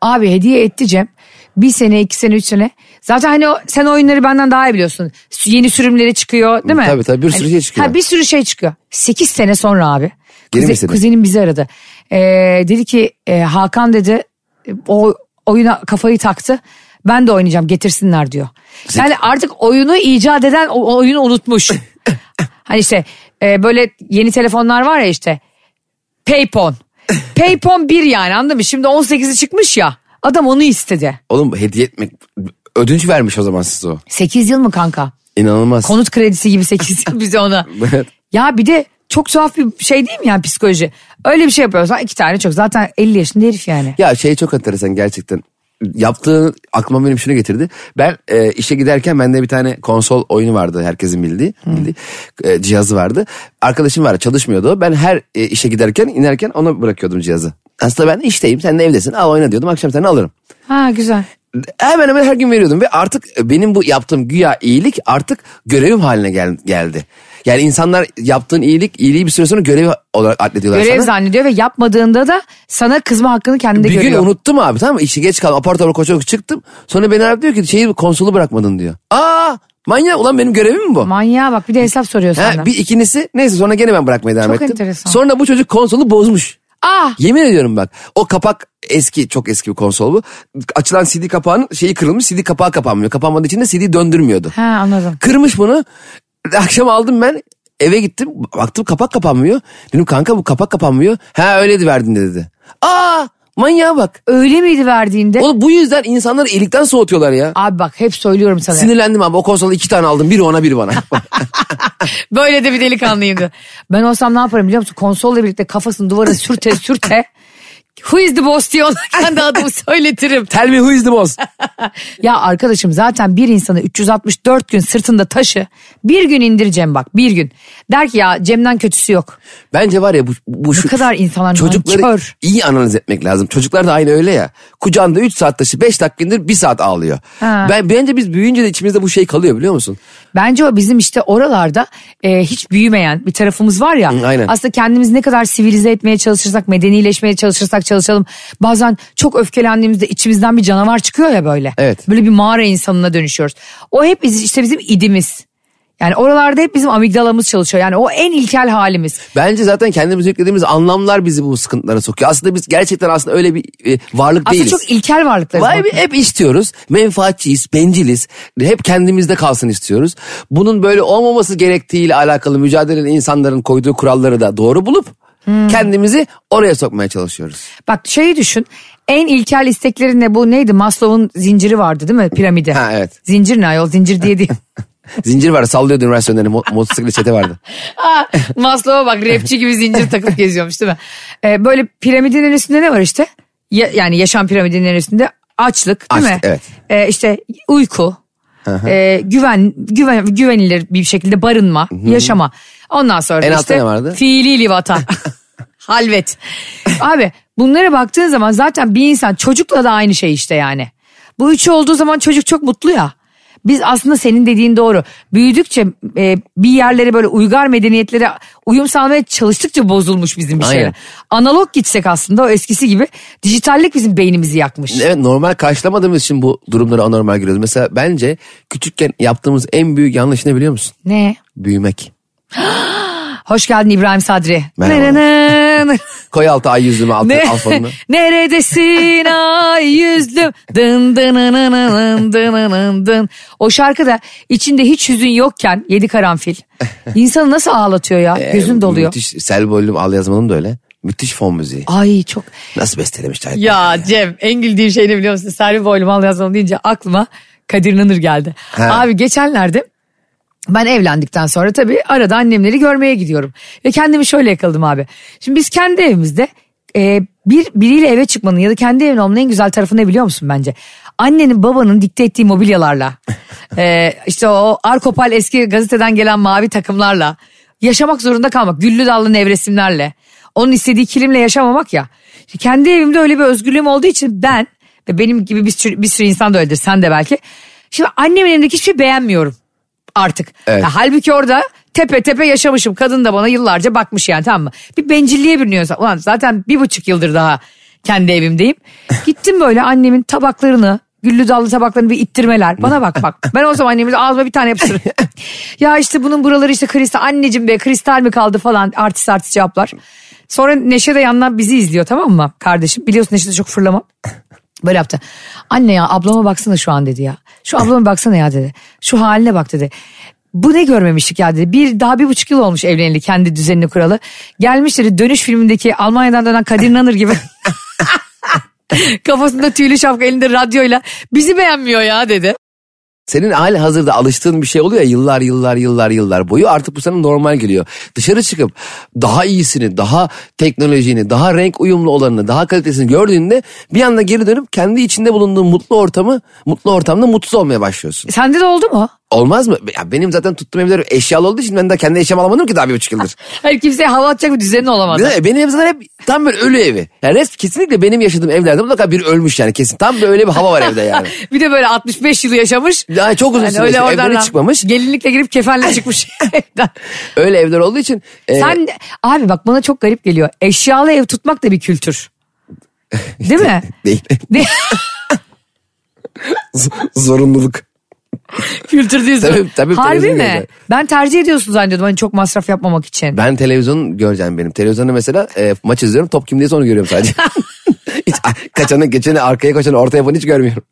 S2: Abi hediye etti Cem. Bir sene, iki sene, üç sene. Zaten hani o, sen oyunları benden daha iyi biliyorsun. Sü- Yeni sürümleri çıkıyor değil mi?
S3: Tabii, tabii, bir sürü
S2: Hani-
S3: şey çıkıyor.
S2: Ha, bir sürü şey çıkıyor. Sekiz sene sonra abi.
S3: Yeni
S2: Kuze-
S3: mi istedi?
S2: kuzenim bizi aradı. Ee, dedi ki e, Hakan dedi o oyuna kafayı taktı. Ben de oynayacağım getirsinler diyor. Yani artık oyunu icat eden o, o oyunu unutmuş. hani işte e, böyle yeni telefonlar var ya işte Paypon. Paypon 1 yani anladın mı? Şimdi 18'i çıkmış ya. Adam onu istedi.
S3: Oğlum hediye etmek ödünç vermiş o zaman size o.
S2: 8 yıl mı kanka?
S3: İnanılmaz.
S2: Konut kredisi gibi 8 yıl bize ona.
S3: Evet.
S2: ya bir de çok tuhaf bir şey değil mi yani psikoloji? Öyle bir şey yapıyoruz. Ha, iki tane çok. Zaten 50 yaşında herif yani.
S3: Ya şey çok enteresan gerçekten. Yaptığın aklıma benim şunu getirdi. Ben e, işe giderken bende bir tane konsol oyunu vardı herkesin bildiği. bildiği e, cihazı vardı. Arkadaşım vardı çalışmıyordu. o. Ben her e, işe giderken inerken ona bırakıyordum cihazı. Aslında ben işteyim sen de evdesin al oyna diyordum akşam seni alırım.
S2: Ha güzel.
S3: Hemen hemen her gün veriyordum ve artık benim bu yaptığım güya iyilik artık görevim haline gel- geldi. Yani insanlar yaptığın iyilik iyiliği bir süre sonra görev olarak atlediyorlar
S2: Görev
S3: sana.
S2: zannediyor ve yapmadığında da sana kızma hakkını kendinde
S3: bir
S2: görüyor.
S3: gün unuttum abi tamam mı? İşe geç kaldım. Apar topar koşa koşa çıktım. Sonra beni aradı diyor ki şeyi konsolu bırakmadın diyor. Aa manyak ulan benim görevim mi bu?
S2: Manyağa bak bir de hesap soruyor
S3: Ha,
S2: sana.
S3: bir ikincisi neyse sonra gene ben bırakmaya devam
S2: Çok
S3: ettim.
S2: enteresan.
S3: Sonra bu çocuk konsolu bozmuş.
S2: Ah
S3: Yemin ediyorum bak o kapak eski çok eski bir konsol bu. Açılan CD kapağının şeyi kırılmış CD kapağı kapanmıyor. Kapanmadığı için de CD döndürmüyordu.
S2: ha anladım.
S3: Kırmış bunu. [LAUGHS] Akşam aldım ben eve gittim baktım kapak kapanmıyor. Dedim kanka bu kapak kapanmıyor. Ha öyleydi verdin dedi. Aa manyağa bak.
S2: Öyle miydi verdiğinde?
S3: [LAUGHS] Oğlum bu yüzden insanları iyilikten soğutuyorlar ya.
S2: Abi bak hep söylüyorum sana.
S3: Sinirlendim abi o konsolu iki tane aldım biri ona
S2: [LAUGHS]
S3: biri bana.
S2: Böyle de bir
S3: [LAUGHS]
S2: delikanlıydı. ben olsam ne yaparım biliyor musun? Konsolla birlikte kafasını duvara sürte sürte. Who is the boss diye ona kendi
S3: [LAUGHS]
S2: adımı söyletirim.
S3: Tell me who is the boss?
S2: Ya arkadaşım zaten bir insanı 364 gün sırtında taşı. Bir gün indireceğim bak bir gün. Der ki ya Cem'den kötüsü yok.
S3: Bence var ya bu, bu şu
S2: kadar insanlar
S3: çocukları
S2: nankör.
S3: iyi analiz etmek lazım. Çocuklar da aynı öyle ya. Kucağında 3 saat taşı 5 dakikadır 1 saat ağlıyor.
S2: Ha.
S3: Ben bence biz büyüyünce de içimizde bu şey kalıyor biliyor musun?
S2: Bence o bizim işte oralarda e, hiç büyümeyen bir tarafımız var ya.
S3: Hı, aynen.
S2: Aslında kendimiz ne kadar sivilize etmeye çalışırsak, medenileşmeye çalışırsak çalışalım. Bazen çok öfkelendiğimizde içimizden bir canavar çıkıyor ya böyle.
S3: Evet.
S2: Böyle bir mağara insanına dönüşüyoruz. O hep biz- işte bizim idimiz. Yani oralarda hep bizim amigdalamız çalışıyor. Yani o en ilkel halimiz.
S3: Bence zaten kendimiz yüklediğimiz anlamlar bizi bu sıkıntılara sokuyor. Aslında biz gerçekten aslında öyle bir e, varlık
S2: Aslında
S3: değiliz.
S2: çok ilkel varlıklarız.
S3: Vay
S2: bak.
S3: be, hep istiyoruz. Menfaatçiyiz, benciliz. Hep kendimizde kalsın istiyoruz. Bunun böyle olmaması gerektiğiyle alakalı mücadeleli insanların koyduğu kuralları da doğru bulup
S2: Hmm.
S3: kendimizi oraya sokmaya çalışıyoruz.
S2: Bak şeyi düşün. En ilkel isteklerin ne bu neydi? Maslow'un zinciri vardı değil mi piramide?
S3: Ha, evet.
S2: Zincir ne ayol zincir diye
S3: [LAUGHS]
S2: değil. [LAUGHS]
S3: Zincir var sallıyordu üniversite önleri mo- motosiklet
S2: [LAUGHS]
S3: çete vardı.
S2: Aa, Maslow'a bak rapçi gibi zincir takıp geziyormuş değil mi? Ee, böyle piramidin en üstünde ne var işte? Ya- yani yaşam piramidinin en üstünde açlık değil mi?
S3: Açlık, evet.
S2: Ee, işte uyku, e, güven, güven, güvenilir bir şekilde barınma, yaşama. Ondan sonra
S3: En
S2: da
S3: altta
S2: işte
S3: ne vardı?
S2: fiili
S3: [LAUGHS]
S2: livata, halvet. Abi bunlara baktığın zaman zaten bir insan çocukla da aynı şey işte yani. Bu üçü olduğu zaman çocuk çok mutlu ya. Biz aslında senin dediğin doğru. Büyüdükçe e, bir yerlere böyle uygar medeniyetlere uyum sağlamaya çalıştıkça bozulmuş bizim bir
S3: Aynen.
S2: şeyler. Analog gitsek aslında o eskisi gibi dijitallik bizim beynimizi yakmış.
S3: Evet normal karşılamadığımız için bu durumları anormal görüyoruz. Mesela bence küçükken yaptığımız en büyük yanlış ne biliyor musun?
S2: Ne?
S3: Büyümek.
S2: Hoş geldin İbrahim Sadri.
S3: Merhaba.
S2: Merhaba.
S3: Koy altı ay yüzümü altı
S2: Ne- [LAUGHS]
S3: al fonunu.
S2: Neredesin ay yüzlüm dın dın dın dın dın dın dın dın. O şarkıda içinde hiç hüzün yokken yedi
S3: [LAUGHS]
S2: karanfil. İnsanı nasıl ağlatıyor ya gözün doluyor.
S3: Ee, Müthiş sel boylum al yazmalım da öyle. Müthiş fon müziği.
S2: Ay çok.
S3: Nasıl bestelemişler.
S2: Ya Cem en güldüğüm şey ne biliyor musun? Servi boylum al yazmalı deyince aklıma Kadir Nanır geldi. Abi geçenlerde ben evlendikten sonra tabii arada annemleri görmeye gidiyorum. Ve kendimi şöyle yakaladım abi. Şimdi biz kendi evimizde e, bir biriyle eve çıkmanın ya da kendi evin olmanın en güzel tarafı ne biliyor musun bence? Annenin babanın dikte ettiği mobilyalarla e, işte o Arkopal eski gazeteden gelen mavi takımlarla yaşamak zorunda kalmak. Güllü dallı nevresimlerle onun istediği kilimle yaşamamak ya. Kendi evimde öyle bir özgürlüğüm olduğu için ben ve benim gibi bir sürü, bir sürü insan da öyledir sen de belki. Şimdi annemin evindeki hiçbir şey beğenmiyorum artık.
S3: Evet.
S2: Ya halbuki orada tepe tepe yaşamışım. Kadın da bana yıllarca bakmış yani tamam mı? Bir bencilliğe bürünüyorsun. Ulan zaten bir buçuk yıldır daha kendi evimdeyim. Gittim böyle annemin tabaklarını güllü dallı tabaklarını bir ittirmeler. Bana bak bak. Ben o zaman annemin ağzıma bir tane yapıştırırım. ya işte bunun buraları işte kristal. Anneciğim be kristal mi kaldı falan artist artist cevaplar. Sonra Neşe de yandan bizi izliyor tamam mı kardeşim? Biliyorsun Neşe de çok fırlama. Böyle yaptı. Anne ya ablama baksana şu an dedi ya. Şu ablama baksana ya dedi. Şu haline bak dedi. Bu ne görmemiştik ya dedi. Bir daha bir buçuk yıl olmuş evleneli kendi düzenini kuralı. Gelmiş dedi dönüş filmindeki Almanya'dan dönen Kadir Nanır gibi. [LAUGHS] Kafasında tüylü şapka elinde radyoyla bizi beğenmiyor ya dedi.
S3: Senin hali hazırda alıştığın bir şey oluyor ya yıllar yıllar yıllar yıllar boyu artık bu sana normal geliyor. Dışarı çıkıp daha iyisini, daha teknolojini, daha renk uyumlu olanını, daha kalitesini gördüğünde bir anda geri dönüp kendi içinde bulunduğun mutlu ortamı, mutlu ortamda mutsuz olmaya başlıyorsun.
S2: Sende de oldu mu?
S3: Olmaz mı? Ya benim zaten tuttuğum evler eşyalı olduğu için ben daha kendi eşyamı alamadım ki daha bir buçuk yıldır.
S2: Hayır kimseye hava atacak bir düzenin olamadı.
S3: Değil mi? Benim evim zaten hep tam böyle ölü evi. Yani res, kesinlikle benim yaşadığım evlerde mutlaka biri ölmüş yani kesin. Tam böyle bir hava var evde yani.
S2: bir de böyle 65 yıl yaşamış. Hani
S3: Yani çok uzun süre yaşamış, evden hiç çıkmamış.
S2: Gelinlikle girip kefenle
S3: [LAUGHS]
S2: çıkmış evden.
S3: Öyle evler olduğu için. e,
S2: Sen de- abi bak bana çok garip geliyor. Eşyalı ev tutmak da bir kültür. Değil mi?
S3: Değil.
S2: Ne?
S3: [LAUGHS] Z- zorunluluk.
S2: [LAUGHS] kültür diyorsun.
S3: Tabii, tabii,
S2: Harbi
S3: televizyon
S2: mi?
S3: görüyorum.
S2: Ben tercih ediyorsun zannediyordum hani çok masraf yapmamak için.
S3: Ben televizyon göreceğim benim. Televizyonda mesela e, maç izliyorum top kimdeyse onu görüyorum sadece. hiç a- kaçanı geçeni arkaya koşanı ortaya falan hiç görmüyorum.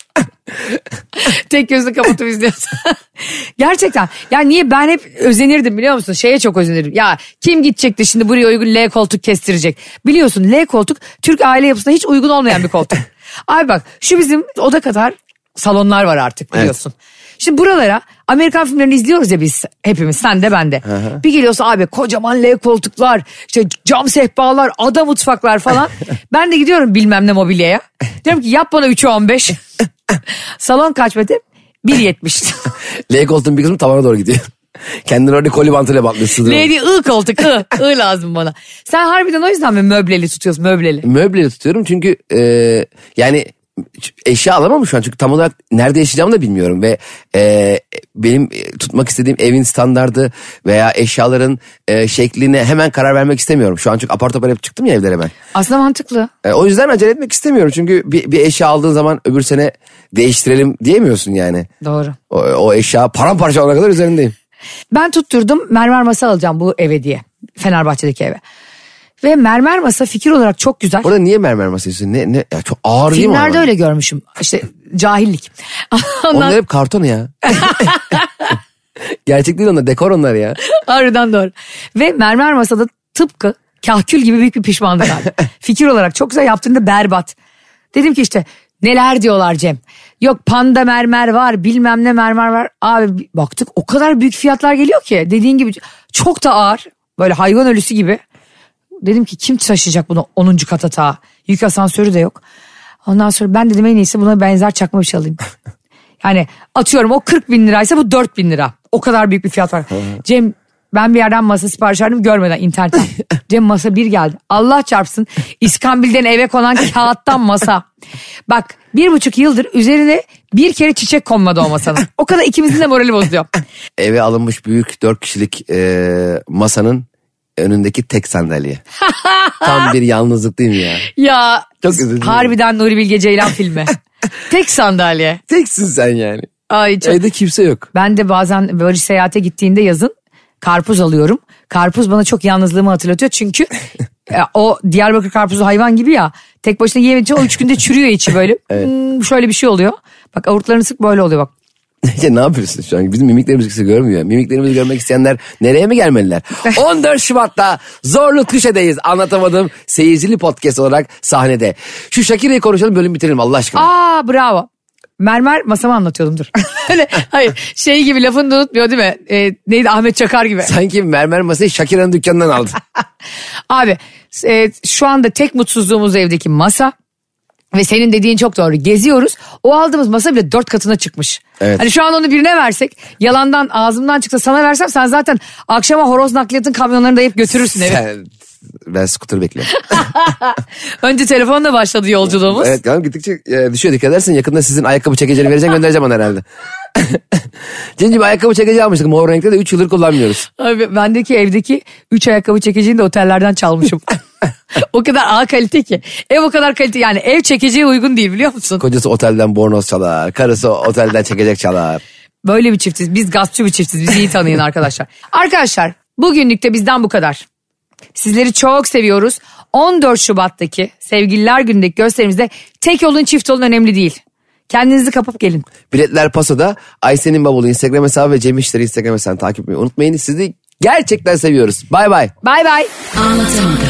S2: Tek gözünü kapatıp izliyorsun. [LAUGHS] Gerçekten. Ya niye ben hep özenirdim biliyor musun? Şeye çok özenirdim. Ya kim gidecek de şimdi buraya uygun L koltuk kestirecek. Biliyorsun L koltuk Türk aile yapısına hiç uygun olmayan bir
S3: [LAUGHS]
S2: koltuk. Abi bak şu bizim oda kadar salonlar var artık biliyorsun. Şimdi buralara Amerikan filmlerini izliyoruz ya biz hepimiz sen de ben de. Bir geliyorsa abi kocaman L koltuklar işte cam sehpalar ada mutfaklar falan. ben de gidiyorum bilmem ne mobilyaya. Diyorum ki yap bana 3'e 15. Salon kaç metre? 1.70.
S3: L koltuğun bir kısmı tavana doğru gidiyor. Kendini orada koli bantıyla bantlıyor. sığdırıyor.
S2: Lady I koltuk I. I lazım bana. Sen harbiden o yüzden mi möbleli tutuyorsun möbleli?
S3: Möbleyi tutuyorum çünkü e, yani eşya alamam şu an çünkü tam olarak nerede yaşayacağımı da bilmiyorum ve e, benim e, tutmak istediğim evin standardı veya eşyaların e, şekline hemen karar vermek istemiyorum. Şu an çünkü apar topar hep çıktım ya evden hemen.
S2: Aslında mantıklı.
S3: E, o yüzden acele etmek istemiyorum çünkü bir, bir eşya aldığın zaman öbür sene değiştirelim diyemiyorsun yani.
S2: Doğru.
S3: O, o eşya paramparça olana kadar üzerindeyim.
S2: Ben tutturdum mermer masa alacağım bu eve diye. Fenerbahçe'deki eve. Ve mermer masa fikir olarak çok güzel.
S3: Burada niye mermer masa istiyorsun? Ne, ne, ya çok ağır değil mi? o
S2: Filmlerde
S3: hayvan?
S2: öyle görmüşüm. İşte cahillik. [LAUGHS] Ondan
S3: Onlar hep
S2: [LAUGHS]
S3: karton ya. Gerçek değil onlar dekor onlar ya.
S2: Harbiden doğru. Ve mermer masada tıpkı kahkül gibi büyük bir pişmanlık abi. Fikir olarak çok güzel yaptığında berbat. Dedim ki işte neler diyorlar Cem. Yok panda mermer var bilmem ne mermer var. Abi bir baktık o kadar büyük fiyatlar geliyor ki dediğin gibi çok da ağır. Böyle hayvan ölüsü gibi. Dedim ki kim taşıyacak bunu 10. kat atağa? Yük asansörü de yok. Ondan sonra ben dedim en iyisi buna benzer çakma bir şey alayım. Yani Hani atıyorum o 40 bin liraysa bu 4 bin lira. O kadar büyük bir fiyat var. Cem ben bir yerden masa sipariş verdim görmeden internetten.
S3: [LAUGHS]
S2: Cem masa bir geldi. Allah çarpsın İskambil'den eve konan kağıttan masa. Bak bir buçuk yıldır üzerine bir kere çiçek konmadı o masanın. O kadar ikimizin de morali bozuyor.
S3: Eve alınmış büyük dört kişilik e, masanın önündeki tek [LAUGHS] sandalye. Tam bir yalnızlık değil mi ya?
S2: Ya
S3: Çok üzücü.
S2: harbiden Nuri Bilge Ceylan
S3: [LAUGHS]
S2: filmi. Tek sandalye.
S3: Teksin sen yani.
S2: Ay çok
S3: Evde kimse yok.
S2: Ben de bazen böyle seyahate gittiğinde yazın karpuz alıyorum. Karpuz bana çok yalnızlığımı hatırlatıyor çünkü e, o Diyarbakır karpuzu hayvan gibi ya. Tek başına yiyemediği için o üç günde çürüyor içi böyle. Hmm, şöyle bir şey oluyor. Bak avurtlarını sık böyle oluyor bak.
S3: [LAUGHS] Ya ne yapıyorsun şu an? Bizim mimiklerimiz kimse görmüyor. Mimiklerimizi görmek isteyenler nereye mi [LAUGHS] gelmeliler? 14 Şubat'ta Zorlu Kuşe'deyiz. Anlatamadım seyircili podcast olarak sahnede. Şu Shakira'yı konuşalım bölüm bitirelim Allah aşkına.
S2: Aa bravo. Mermer masamı anlatıyordum dur. [LAUGHS] Öyle, hayır şey gibi lafını da unutmuyor değil mi? Ee, neydi Ahmet Çakar gibi.
S3: Sanki mermer masayı Shakira'nın dükkanından [LAUGHS] aldı.
S2: Abi e, şu anda tek mutsuzluğumuz evdeki masa. Ve senin dediğin çok doğru. Geziyoruz. O aldığımız masa bile dört katına çıkmış.
S3: Evet.
S2: Hani şu an onu birine versek yalandan ağzımdan çıksa sana versem sen zaten akşama horoz nakliyatın kamyonlarını dayayıp götürürsün eve.
S3: Sen- ben skuter bekliyorum.
S2: Önce telefonla başladı yolculuğumuz.
S3: evet kanka gittikçe e, düşüyor dikkat edersin. Yakında sizin ayakkabı çekeceğini vereceğim göndereceğim ona herhalde. [LAUGHS] Cincim ayakkabı çekeceği almıştık. Mor renkte de 3 yıldır kullanmıyoruz.
S2: Abi bendeki evdeki 3 ayakkabı çekeceğini de otellerden
S3: [LAUGHS]
S2: çalmışım. o kadar A kalite ki. Ev o kadar kalite yani ev çekeceği uygun değil biliyor musun?
S3: Kocası otelden bornoz çalar. Karısı otelden çekecek çalar.
S2: Böyle bir çiftiz. Biz gaspçı bir çiftiz. Bizi iyi tanıyın arkadaşlar. Arkadaşlar bugünlük de bizden bu kadar. Sizleri çok seviyoruz. 14 Şubat'taki Sevgililer Günü'ndeki gösterimizde tek olun çift olun önemli değil. Kendinizi kapıp gelin.
S3: Biletler Paso'da Aysen'in bavulu Instagram hesabı ve Cem İşleri Instagram hesabını takip etmeyi unutmayın. Sizi gerçekten seviyoruz. Bay bay.
S2: Bay bay.
S4: Anlatamadım.